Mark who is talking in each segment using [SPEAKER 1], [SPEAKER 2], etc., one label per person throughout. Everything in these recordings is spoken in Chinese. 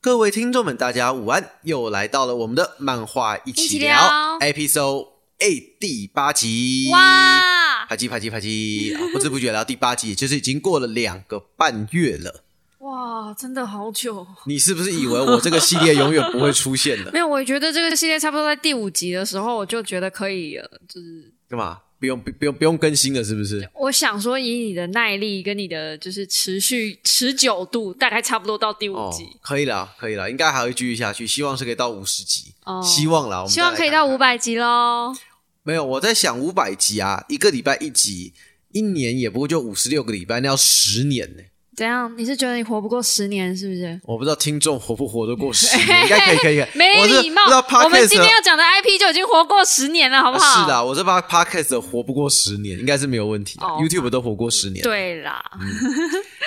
[SPEAKER 1] 各位听众们，大家午安！又来到了我们的漫画一
[SPEAKER 2] 一
[SPEAKER 1] 起
[SPEAKER 2] 起
[SPEAKER 1] 聊
[SPEAKER 2] 聊
[SPEAKER 1] episode eight 第八集。
[SPEAKER 2] 哇
[SPEAKER 1] 啪叽啪叽啪叽，啊不知不觉来到第八集，也就是已经过了两个半月了。
[SPEAKER 2] 哇，真的好久。
[SPEAKER 1] 你是不是以为我这个系列永远不会出现 了？
[SPEAKER 2] 没有，我觉得这个系列差不多在第五集的时候，我就觉得可以呃了。就是
[SPEAKER 1] 干嘛？不用不不用不用更新了，是不是？
[SPEAKER 2] 我想说，以你的耐力跟你的就是持续持久度，大概差不多到第五
[SPEAKER 1] 哦
[SPEAKER 2] 集，，
[SPEAKER 1] 可以啦，可以啦，应该还会继续下去，希望是可以到五十集，
[SPEAKER 2] 哦
[SPEAKER 1] 希望啦，我们
[SPEAKER 2] 希
[SPEAKER 1] 再
[SPEAKER 2] 望
[SPEAKER 1] 来
[SPEAKER 2] 可以
[SPEAKER 1] 看
[SPEAKER 2] 到
[SPEAKER 1] 看
[SPEAKER 2] 五。百集喽。
[SPEAKER 1] 没有，我在想五百集啊，一个礼拜一集，一年也不过就五十六个礼拜，那要十年呢、
[SPEAKER 2] 怎样？你是觉得你活不过十年是不是？
[SPEAKER 1] 我不知道听众活不活得过 十年，应该可以，可以，可以。
[SPEAKER 2] 没
[SPEAKER 1] 我是
[SPEAKER 2] 礼貌
[SPEAKER 1] 不知道 podcast。啊
[SPEAKER 2] 我们今天要讲的 IP 就已经活过十年了，好不好？
[SPEAKER 1] 是的，我这把 podcast 的活不过十年，应该是没有问题的。
[SPEAKER 2] 哦
[SPEAKER 1] YouTube 都活过十年。，
[SPEAKER 2] 对啦，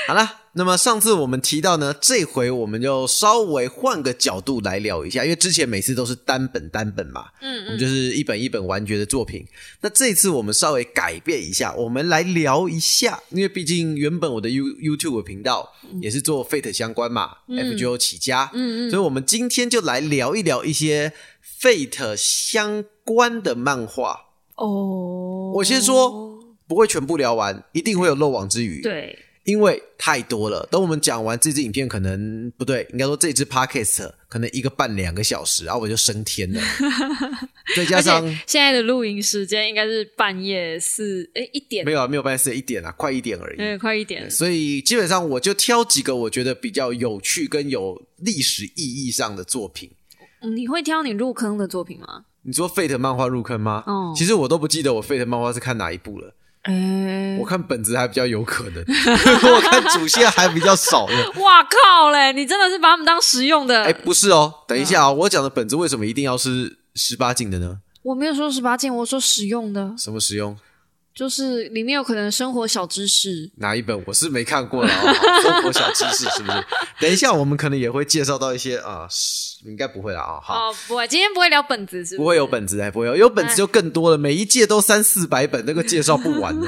[SPEAKER 1] 好了，那么上次我们提到呢，这回我们就稍微换个角度来聊一下，因为之前每次都是单本单本嘛，
[SPEAKER 2] 嗯
[SPEAKER 1] 我们就是一本一本完结的作品。那这次我们稍微改变一下，我们来聊一下，因为毕竟原本我的 You YouTube 频道也是做 Fate 相关嘛、f g o 起家，
[SPEAKER 2] 嗯
[SPEAKER 1] 所以我们今天就来聊一聊一些 Fate 相关的漫画。
[SPEAKER 2] 哦，
[SPEAKER 1] 我先说，不会全部聊完，一定会有漏网之鱼。，
[SPEAKER 2] 对，
[SPEAKER 1] 因为太多了。等我们讲完这支影片，可能不对，应该说这支 podcast 可能一个半两个小时，然后啊我就升天 了。再加
[SPEAKER 2] 而且
[SPEAKER 1] 上
[SPEAKER 2] 现在的录影时间应该是半夜四哎一点
[SPEAKER 1] 没，有啊，没有半夜一点啊，快一点而已。
[SPEAKER 2] 嗯，快一点，
[SPEAKER 1] 所以基本上我就挑几个我觉得比较有趣跟有历史意义上的作品。
[SPEAKER 2] 嗯你会挑你入坑的作品吗？
[SPEAKER 1] 你说 Fate 漫画入坑吗？
[SPEAKER 2] 哦
[SPEAKER 1] 其实我都不记得我 Fate 漫画是看哪一部了。
[SPEAKER 2] 哎
[SPEAKER 1] 我看本子还比较有可能， 我看主线还比较少呢。
[SPEAKER 2] 哇靠嘞！你真的是把他们当实用的。
[SPEAKER 1] 哎、不是哦，等一下哦，我讲的本子为什么一定要是十八禁的呢？
[SPEAKER 2] 我没有说十八禁，我说实用的，
[SPEAKER 1] 什么使用？
[SPEAKER 2] 就是里面有可能生活小知识。
[SPEAKER 1] 哪一本？我是没看过了哦，好生活小知识是不是？等一下，我们可能也会介绍到一些啊、是应该不会啦啊、好。
[SPEAKER 2] 哦，不会，今天不会聊本子，是
[SPEAKER 1] 不
[SPEAKER 2] 是？
[SPEAKER 1] 会有本子哎，不会有，有本子就更多了，每一届都三四百本，那个介绍不完的。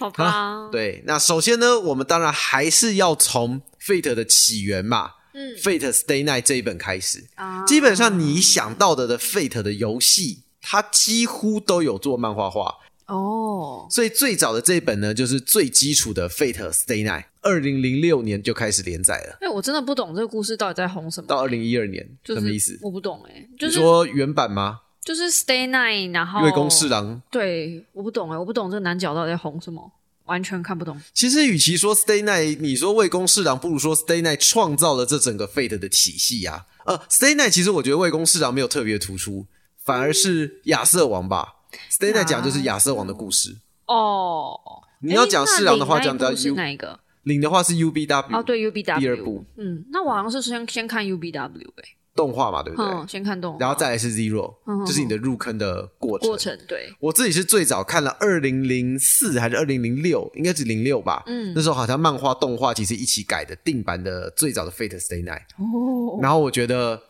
[SPEAKER 2] 好吧？
[SPEAKER 1] 对，那首先呢，我们当然还是要从 Fate 的起源嘛，
[SPEAKER 2] 嗯
[SPEAKER 1] ，Fate Stay Night 这一本开始。
[SPEAKER 2] 啊
[SPEAKER 1] 基本上你想到的的 Fate 的游戏，它几乎都有做漫画化。
[SPEAKER 2] 哦，
[SPEAKER 1] 所以最早的这一本呢，就是最基础的 Fate Stay Night，二零零六年就开始连载了，
[SPEAKER 2] 哎，我真的不懂这个故事到底在红什么，
[SPEAKER 1] 到二零一二年、
[SPEAKER 2] 就是
[SPEAKER 1] 什么意思？
[SPEAKER 2] 我不懂哎，就
[SPEAKER 1] 你
[SPEAKER 2] 是
[SPEAKER 1] 说原版吗？
[SPEAKER 2] 就是 Stay Night，然后
[SPEAKER 1] 月宫侍
[SPEAKER 2] 哦
[SPEAKER 1] 郎。
[SPEAKER 2] 对，我不懂哎，我不懂这个男角到底在红什么，完全看不懂。
[SPEAKER 1] 其实，与其说 Stay Night，你说魏公侍郎，不如说 Stay Night 创造了这整个 Fate 的体系啊。呃，Stay Night 其实我觉得魏公侍郎没有特别突出，反而是亚瑟王吧。Stay Night 讲就是亚瑟王的故事，
[SPEAKER 2] 哦，
[SPEAKER 1] 你要
[SPEAKER 2] 诶
[SPEAKER 1] 讲
[SPEAKER 2] 那
[SPEAKER 1] 侍郎的
[SPEAKER 2] 领
[SPEAKER 1] 话
[SPEAKER 2] 那一
[SPEAKER 1] 讲
[SPEAKER 2] 部
[SPEAKER 1] 到
[SPEAKER 2] 是
[SPEAKER 1] U-
[SPEAKER 2] 哪一个？
[SPEAKER 1] 领的话是 UBW
[SPEAKER 2] 哦，对，UBW
[SPEAKER 1] 第二部，
[SPEAKER 2] 嗯，那我好像是先先看 UBW 哎、
[SPEAKER 1] 动画嘛，对不对？
[SPEAKER 2] 嗯，先看动画，
[SPEAKER 1] 然后再来是 Zero，、
[SPEAKER 2] 嗯
[SPEAKER 1] 就是你的入坑的过程。
[SPEAKER 2] 过程对，
[SPEAKER 1] 我自己是最早看了二零零四还是二零零六，应该是零六吧。
[SPEAKER 2] 嗯
[SPEAKER 1] 那时候好像漫画、动画其实一起改的定版的最早的《Fate Stay Night》，
[SPEAKER 2] 哦，
[SPEAKER 1] 然后我觉得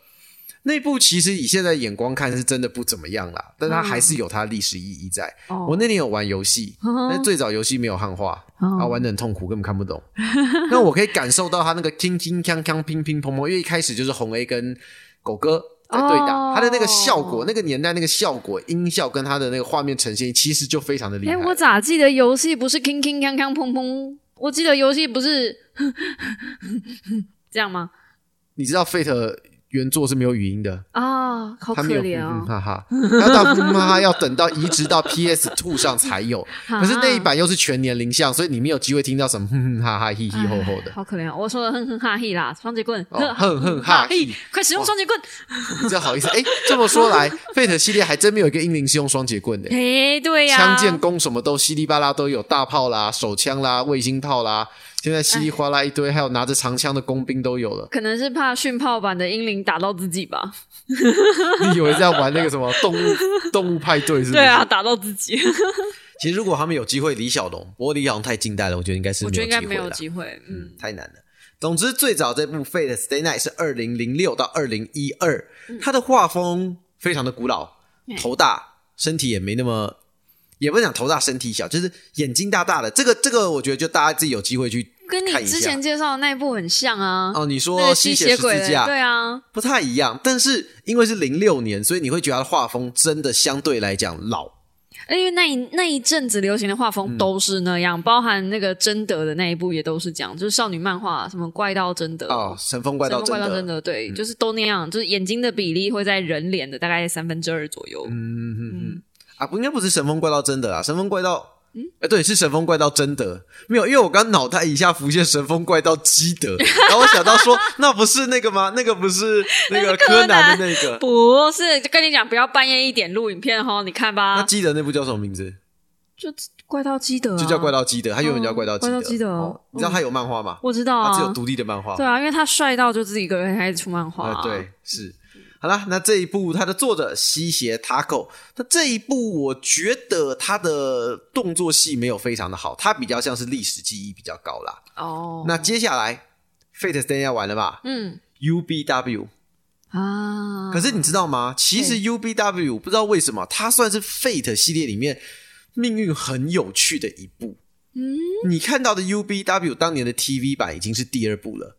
[SPEAKER 1] 那部其实以现在眼光看是真的不怎么样啦，但它还是有它历史意义在。
[SPEAKER 2] 嗯哦
[SPEAKER 1] 我那年有玩游 戏，
[SPEAKER 2] 嗯
[SPEAKER 1] 但最早游戏没有汉化，
[SPEAKER 2] 哦
[SPEAKER 1] 啊，玩的很痛苦，根本看不懂。 那我可以感受到他那个铿铿锵锵、乒乒乓乓，因为一开始就是红 A 跟狗哥在对打，
[SPEAKER 2] 哦
[SPEAKER 1] 他的那个效果，那个年代那个效果、音效跟他的那个画面呈现，其实就非常的厉
[SPEAKER 2] 哎、
[SPEAKER 1] 害。
[SPEAKER 2] 我咋记得游戏不是 king king 锵锵砰砰？我记得游戏不是这样吗？
[SPEAKER 1] 你知道 Fate 原作是没有语音的，
[SPEAKER 2] 啊，好
[SPEAKER 1] 他
[SPEAKER 2] 可
[SPEAKER 1] 没有
[SPEAKER 2] 怜
[SPEAKER 1] 嗯
[SPEAKER 2] 哦！
[SPEAKER 1] 哈哈，那到嗯哈哈要等到移植到 PS Two 上才 有，可是那一版又是全年龄向，所以你没有机会听到什么哼哼 哈哈、嘻嘻吼吼的。
[SPEAKER 2] 好可怜、哦，我说的哼哼哈嘿啦，双节棍，
[SPEAKER 1] 哦，哼哼哈嘿，
[SPEAKER 2] 快使用双节棍！
[SPEAKER 1] 你这好意思？哎，这么说 来，Fate 系列还真没有一个英灵是用双节棍的。
[SPEAKER 2] 哎、对呀、
[SPEAKER 1] 枪剑弓什么都稀里巴拉都有，大炮啦、手枪啦、卫星炮啦，现在稀里哗啦一堆，还有拿着长枪的工兵都有 了。
[SPEAKER 2] 可能是怕训炮版的英灵打到自己吧？
[SPEAKER 1] 你以为在玩那个什么动 物动物派对是不是？
[SPEAKER 2] 对啊，，打到自己，
[SPEAKER 1] 其实如果他们有机会，李小龙，不过李小龙太近代了，我觉得应该是
[SPEAKER 2] 我觉得应该没有
[SPEAKER 1] 啦
[SPEAKER 2] 机会。嗯，
[SPEAKER 1] 太难了。总之，最早这部《Fate Stay Night》是二零零六到二零一二，
[SPEAKER 2] 嗯
[SPEAKER 1] 它的画风非常的古老，头大，身体也没那么，也不能讲头大身体小，就是眼睛大大的。这个这个，我觉得就大家自己有机会去
[SPEAKER 2] 跟你
[SPEAKER 1] 看一下
[SPEAKER 2] 之前介绍的那一部很像啊。
[SPEAKER 1] 哦，你
[SPEAKER 2] 那
[SPEAKER 1] 说
[SPEAKER 2] 个
[SPEAKER 1] 吸
[SPEAKER 2] 吸
[SPEAKER 1] 血
[SPEAKER 2] 血
[SPEAKER 1] 十
[SPEAKER 2] 鬼
[SPEAKER 1] 字架，
[SPEAKER 2] 对啊，
[SPEAKER 1] 不太一样，但是因为是零六年，所以你会觉得它的画风真的相对来讲老。
[SPEAKER 2] 因为那一那一阵子流行的画风
[SPEAKER 1] 嗯
[SPEAKER 2] 都是那样，包含那个贞德的那一部也都是这样，就是少女漫画，什么怪盗贞德
[SPEAKER 1] 哦，神风怪
[SPEAKER 2] 呃
[SPEAKER 1] 盗
[SPEAKER 2] 神
[SPEAKER 1] 嗯
[SPEAKER 2] 风
[SPEAKER 1] 真
[SPEAKER 2] 怪盗
[SPEAKER 1] 的，
[SPEAKER 2] 贞德，对，就是都那样，就是眼睛的比例会在人脸的大概三分之二左右。
[SPEAKER 1] 嗯啊，不应该不是神风怪盗真的啊，神风怪盗，嗯，哎，对，是神风怪盗真的，没有，因为我刚脑袋一下浮现神风怪盗基 德，然后我想到说，那不是那个吗？那个不是那个
[SPEAKER 2] 那是柯
[SPEAKER 1] 柯南的
[SPEAKER 2] 南
[SPEAKER 1] 那个，
[SPEAKER 2] 不是，就跟你讲，不要半夜一点录影片哦哈，你看
[SPEAKER 1] 那
[SPEAKER 2] 吧，
[SPEAKER 1] 基德那部叫什么名字？
[SPEAKER 2] 就怪盗基德、啊，
[SPEAKER 1] 就叫怪，盗基德，他原本哦叫怪盗基
[SPEAKER 2] 怪
[SPEAKER 1] 德。
[SPEAKER 2] 盗基德
[SPEAKER 1] 哦你知道他有漫画吗？
[SPEAKER 2] 我知道
[SPEAKER 1] 他
[SPEAKER 2] 啊，
[SPEAKER 1] 只有独立的漫画。
[SPEAKER 2] 对啊，因为他帅到就自己一个人开始出漫画、啊
[SPEAKER 1] 呃，对，是。好啦，那这一部它的作者西胁塔口，那这一部我觉得它的动作戏没有非常的好，它比较像是历史记忆比较高啦。
[SPEAKER 2] 哦，
[SPEAKER 1] 那接下来 Fate Stay 要完了吧
[SPEAKER 2] 嗯
[SPEAKER 1] ？UBW，
[SPEAKER 2] 啊，
[SPEAKER 1] 可是你知道吗？其实 UBW 不知道为什么，它算是 Fate 系列里面命运很有趣的一部。
[SPEAKER 2] 嗯
[SPEAKER 1] 你看到的 UBW 当年的 TV 版已经是第二部了，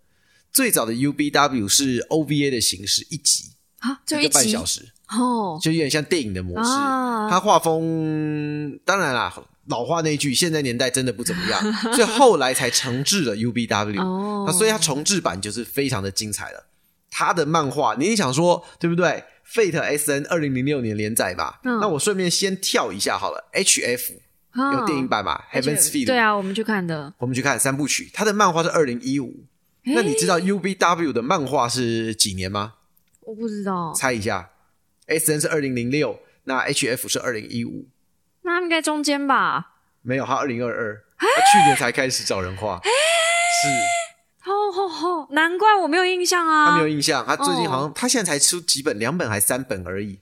[SPEAKER 1] 最早的 UBW 是 OVA 的形式，一集
[SPEAKER 2] 啊，就
[SPEAKER 1] 一个半
[SPEAKER 2] 集
[SPEAKER 1] 小时，
[SPEAKER 2] 哦，
[SPEAKER 1] 就有点像电影的模式。
[SPEAKER 2] 啊
[SPEAKER 1] 它画风当然啦，老话那一句，现在年代真的不怎么 样，所以后来才重置了 UBW。
[SPEAKER 2] 哦
[SPEAKER 1] 那所以它重置版就是非常的精彩了。它的漫画，你一定想说对不对？Fate S N 二零零六年连载吧，
[SPEAKER 2] 嗯
[SPEAKER 1] 那我顺便先跳一下好了。H F 有电影版嘛、h e a v e n s Field
[SPEAKER 2] 啊对啊，我们去看的，
[SPEAKER 1] 我们去看三部曲，它的漫画是二零一五。那你知道 UBW 的漫画是几年吗？
[SPEAKER 2] 我不知道，
[SPEAKER 1] 猜一下，S N 是二零零六，那 H F 是二零一五，
[SPEAKER 2] 那他们应该中间吧？
[SPEAKER 1] 没有，它二零二二，
[SPEAKER 2] 啊
[SPEAKER 1] 它去年才开始找人画，是
[SPEAKER 2] 哦吼吼，难怪我没有印象
[SPEAKER 1] 他
[SPEAKER 2] 啊
[SPEAKER 1] 没有，印象，他最近好像他现在才出几本，两本还三本而已。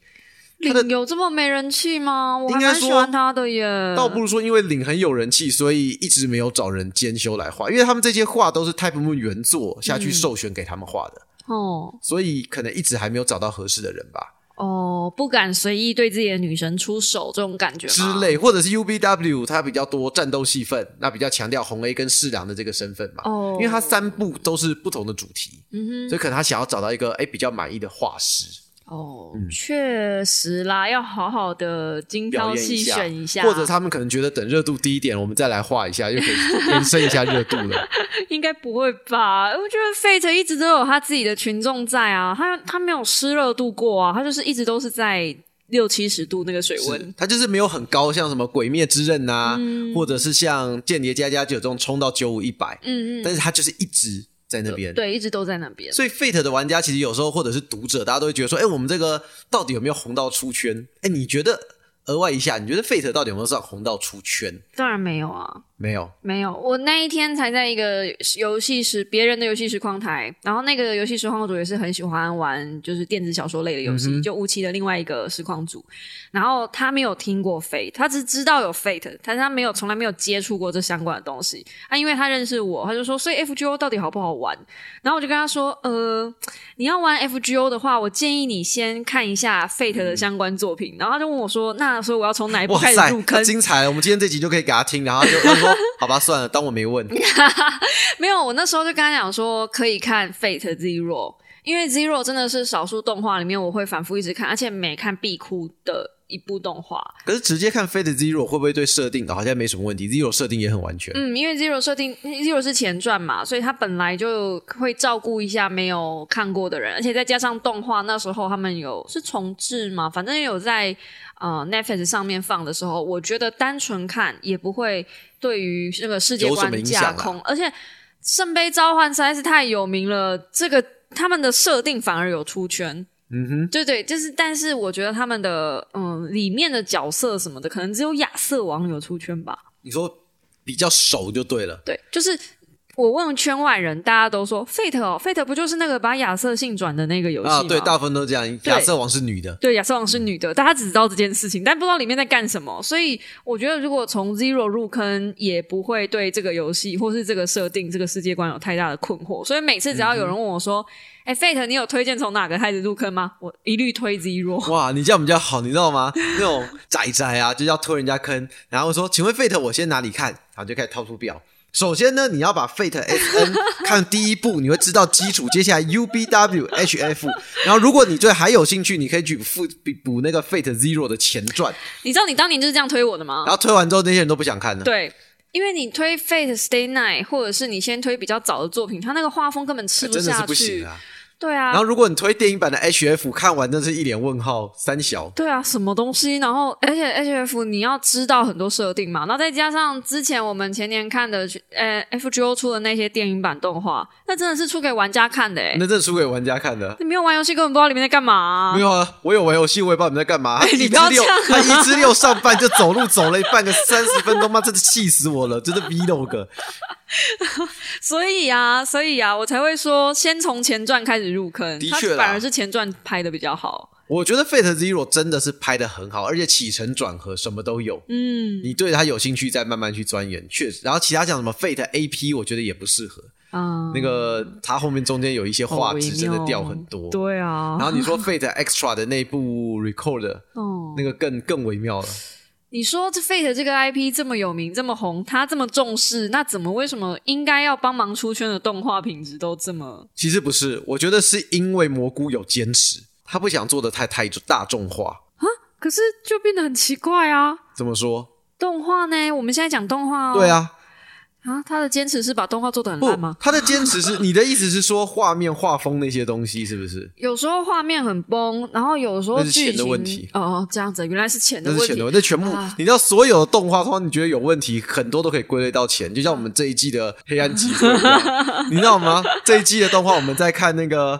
[SPEAKER 1] 他的
[SPEAKER 2] 领有这么没人气吗？我还
[SPEAKER 1] 应该
[SPEAKER 2] 蛮
[SPEAKER 1] 说
[SPEAKER 2] 喜欢他的耶，
[SPEAKER 1] 倒不如说，因为领很有人气，所以一直没有找人兼修来画，因为他们这些画都是 Type Moon 原作下去
[SPEAKER 2] 嗯
[SPEAKER 1] 授权给他们画的，
[SPEAKER 2] 哦
[SPEAKER 1] 所以可能一直还没有找到合适的人吧。
[SPEAKER 2] 哦，不敢随意对自己的女神出手这种感觉吗
[SPEAKER 1] 之，类，或者是 UBW 它比较多战斗戏份，那比较强调红 A 跟侍郎的这个身份嘛。
[SPEAKER 2] 哦
[SPEAKER 1] 因为它三部都是不同的主题，
[SPEAKER 2] 嗯
[SPEAKER 1] 所以可能他想要找到一个哎比较满意的画师，
[SPEAKER 2] 哼，哦，
[SPEAKER 1] 嗯
[SPEAKER 2] 确实啦，要好好的精
[SPEAKER 1] 表
[SPEAKER 2] 挑
[SPEAKER 1] 演
[SPEAKER 2] 细
[SPEAKER 1] 一
[SPEAKER 2] 选一下，
[SPEAKER 1] 或者他们可能觉得等热度低一点，我们再来画一下，又可以延伸一下热度了。
[SPEAKER 2] 应该不会吧？我觉得 Fate 一直都有他自己的群众在啊，他他没有湿热度过啊，他就是一直都是在六七十度那个水
[SPEAKER 1] 是
[SPEAKER 2] 温。
[SPEAKER 1] 它就是没有很高，像什么《鬼灭之刃》呐、或者是像《间谍加加九》这种冲到九五一百，
[SPEAKER 2] 嗯嗯，
[SPEAKER 1] 但是它就是一直在那边。
[SPEAKER 2] 对，一直都在那边。
[SPEAKER 1] 所以 Fate 的玩家其实有时候或者是读者，大家都会觉得说，哎、我们这个到底有没有红到出圈？哎、你觉得额外一下，你觉得 Fate 到底有没有上红到出圈？
[SPEAKER 2] 当然没有啊，
[SPEAKER 1] 没有，
[SPEAKER 2] 没有。我那一天才在一个游戏时，别人的游戏实况台，然后那个游戏实况组也是很喜欢玩就是电子小说类的游
[SPEAKER 1] 嗯
[SPEAKER 2] 戏，就无期的另外一个实况组。然后他没有听过 Fate，他只知道有 Fate，但是他没有从来没有接触过这相关的东西。啊，因为他认识我，他就说，所以 FGO 到底好不好玩？然后我就跟他说，呃，你要玩 FGO 的话，我建议你先看一下 Fate 的相关作品。然后他就问我说，那所以我要从哪一部
[SPEAKER 1] 嗯哇
[SPEAKER 2] 开
[SPEAKER 1] 塞
[SPEAKER 2] 始入，坑？
[SPEAKER 1] 精彩了！我们今天这集就可以给他听，然后 他就他就说，好吧，算了，当我没问。
[SPEAKER 2] 没有，我那时候就跟他讲说，可以看《Fate Zero》，因为《Zero》真的是少数动画里面我会反复一直看，而且每看必哭的一部动画。
[SPEAKER 1] 可是直接看 Fate Zero 会不会对设定、哦好像没什么问题？Zero 设定也很完全。
[SPEAKER 2] 嗯，因为 Zero 设定 Zero 是前传嘛，所以他本来就会照顾一下没有看过的人，而且再加上动画那时候他们有是重置嘛，反正有在呃 Netflix 上面放的时候，我觉得单纯看也不会对于那个世界
[SPEAKER 1] 有什么
[SPEAKER 2] 观
[SPEAKER 1] 影响
[SPEAKER 2] 架
[SPEAKER 1] 啊
[SPEAKER 2] 空，而且圣杯召唤实在是太有名了，这个他们的设定反而有出圈。
[SPEAKER 1] 嗯哼，
[SPEAKER 2] 对对，就是，但是我觉得他们的嗯里面的角色什么的，可能只有亚瑟王有出圈吧。
[SPEAKER 1] 你说比较熟就对了。
[SPEAKER 2] 对，就是我问圈外人，大家都说 Fate 哦，Fate 不就是那个把亚瑟性转的那个游戏吗？
[SPEAKER 1] 啊，对，大部分都这样。亚瑟王是女的，
[SPEAKER 2] 对亚瑟王是女的，大家只知道这件事情，但不知道里面在干什么。所以我觉得，如果从 Zero 入坑，也不会对这个游戏或是这个设定、这个世界观有太大的困惑。所以每次
[SPEAKER 1] 嗯
[SPEAKER 2] 只要有人问我说：“哎、f a t e 你有推荐从哪个开始入坑吗？”我一律推 Zero。
[SPEAKER 1] 哇，你这样比较好，你知道 吗？那种宅宅啊，就是要推人家坑，然后说，请问 Fate 我先哪里看？然后就开始掏出表，首先呢，你要把 Fate S N 看第一部，你会知道基础，接下来 U B W H F，然后如果你对还有兴趣，你可以去复补那个 Fate Zero 的前传，
[SPEAKER 2] 你知道你当年就是这样推我的吗
[SPEAKER 1] 然？后推完之后那些人都不想看了。
[SPEAKER 2] 啊对，因为你推 Fate Stay Night，或者是你先推比较早的作品，它那个画风根本吃
[SPEAKER 1] 真的
[SPEAKER 2] 下
[SPEAKER 1] 是不
[SPEAKER 2] 去。
[SPEAKER 1] 行啊！
[SPEAKER 2] 对啊，
[SPEAKER 1] 然后如果你推电影版的 H F，看完那是一脸问号，三小。
[SPEAKER 2] 对啊，什么东西？然后，而且 H F 你要知道很多设定嘛，然后再加上之前我们前年看的，呃，F G O 出的那些电影版动画，那真的是出给玩家看的哎、
[SPEAKER 1] 那这是输给玩家看的。
[SPEAKER 2] 你没有玩游戏，根本不知道里面在干嘛啊、
[SPEAKER 1] 没有啊，我有玩游戏，我也不知道你们在干嘛。他一
[SPEAKER 2] 你
[SPEAKER 1] 至
[SPEAKER 2] 不要
[SPEAKER 1] 六，
[SPEAKER 2] 这样啊
[SPEAKER 1] 他一至六上半就走路走了半个三十分钟，妈，真的气死我了，真的 vlog。
[SPEAKER 2] 所以啊，所以啊，我才会说先从前传开始入坑，
[SPEAKER 1] 的
[SPEAKER 2] 它
[SPEAKER 1] 确啦
[SPEAKER 2] 反而是前传拍的比较好。
[SPEAKER 1] 我觉得 Fate Zero 真的是拍的很好，而且起承转合什么都有。嗯，你对它有兴趣再慢慢去钻研，确实。然后其他讲什么 Fate A P，我觉得也不适合。
[SPEAKER 2] 啊、
[SPEAKER 1] 那个它后面中间有一些
[SPEAKER 2] 哦
[SPEAKER 1] 画质真的掉很多。
[SPEAKER 2] 对啊
[SPEAKER 1] 然，后你说 Fate Extra 的那部 Record
[SPEAKER 2] 哦，
[SPEAKER 1] 那个更更微妙了。
[SPEAKER 2] 你说这 Fate 这个 IP 这么有名、这么红，他这么重视，那怎么为什么应该要帮忙出圈的动画品质都这么？
[SPEAKER 1] 其实不是，我觉得是因为蘑菇有坚持，他不想做的太太大众化。
[SPEAKER 2] 可是就变得很奇怪啊！
[SPEAKER 1] 怎么说？
[SPEAKER 2] 动画呢？我们现在讲动画哦。
[SPEAKER 1] 对啊，
[SPEAKER 2] 啊，他的坚持是把动画做得很
[SPEAKER 1] 不
[SPEAKER 2] 烂吗，？
[SPEAKER 1] 他的坚持 是你的意思是说画面、画风那些东西是不是？
[SPEAKER 2] 有时候画面很崩，然后有时候
[SPEAKER 1] 那是
[SPEAKER 2] 剧
[SPEAKER 1] 钱的
[SPEAKER 2] 情
[SPEAKER 1] 问题
[SPEAKER 2] 哦，这样子原来是钱的
[SPEAKER 1] 那
[SPEAKER 2] 问
[SPEAKER 1] 是
[SPEAKER 2] 题。
[SPEAKER 1] 钱的问题，那全部、
[SPEAKER 2] 啊
[SPEAKER 1] 你知道，所有的动画，通常你觉得有问题，很多都可以归类到钱，就像我们这一季的《黑暗极客》一 样，你知道吗？这一季的动画，我们在看那个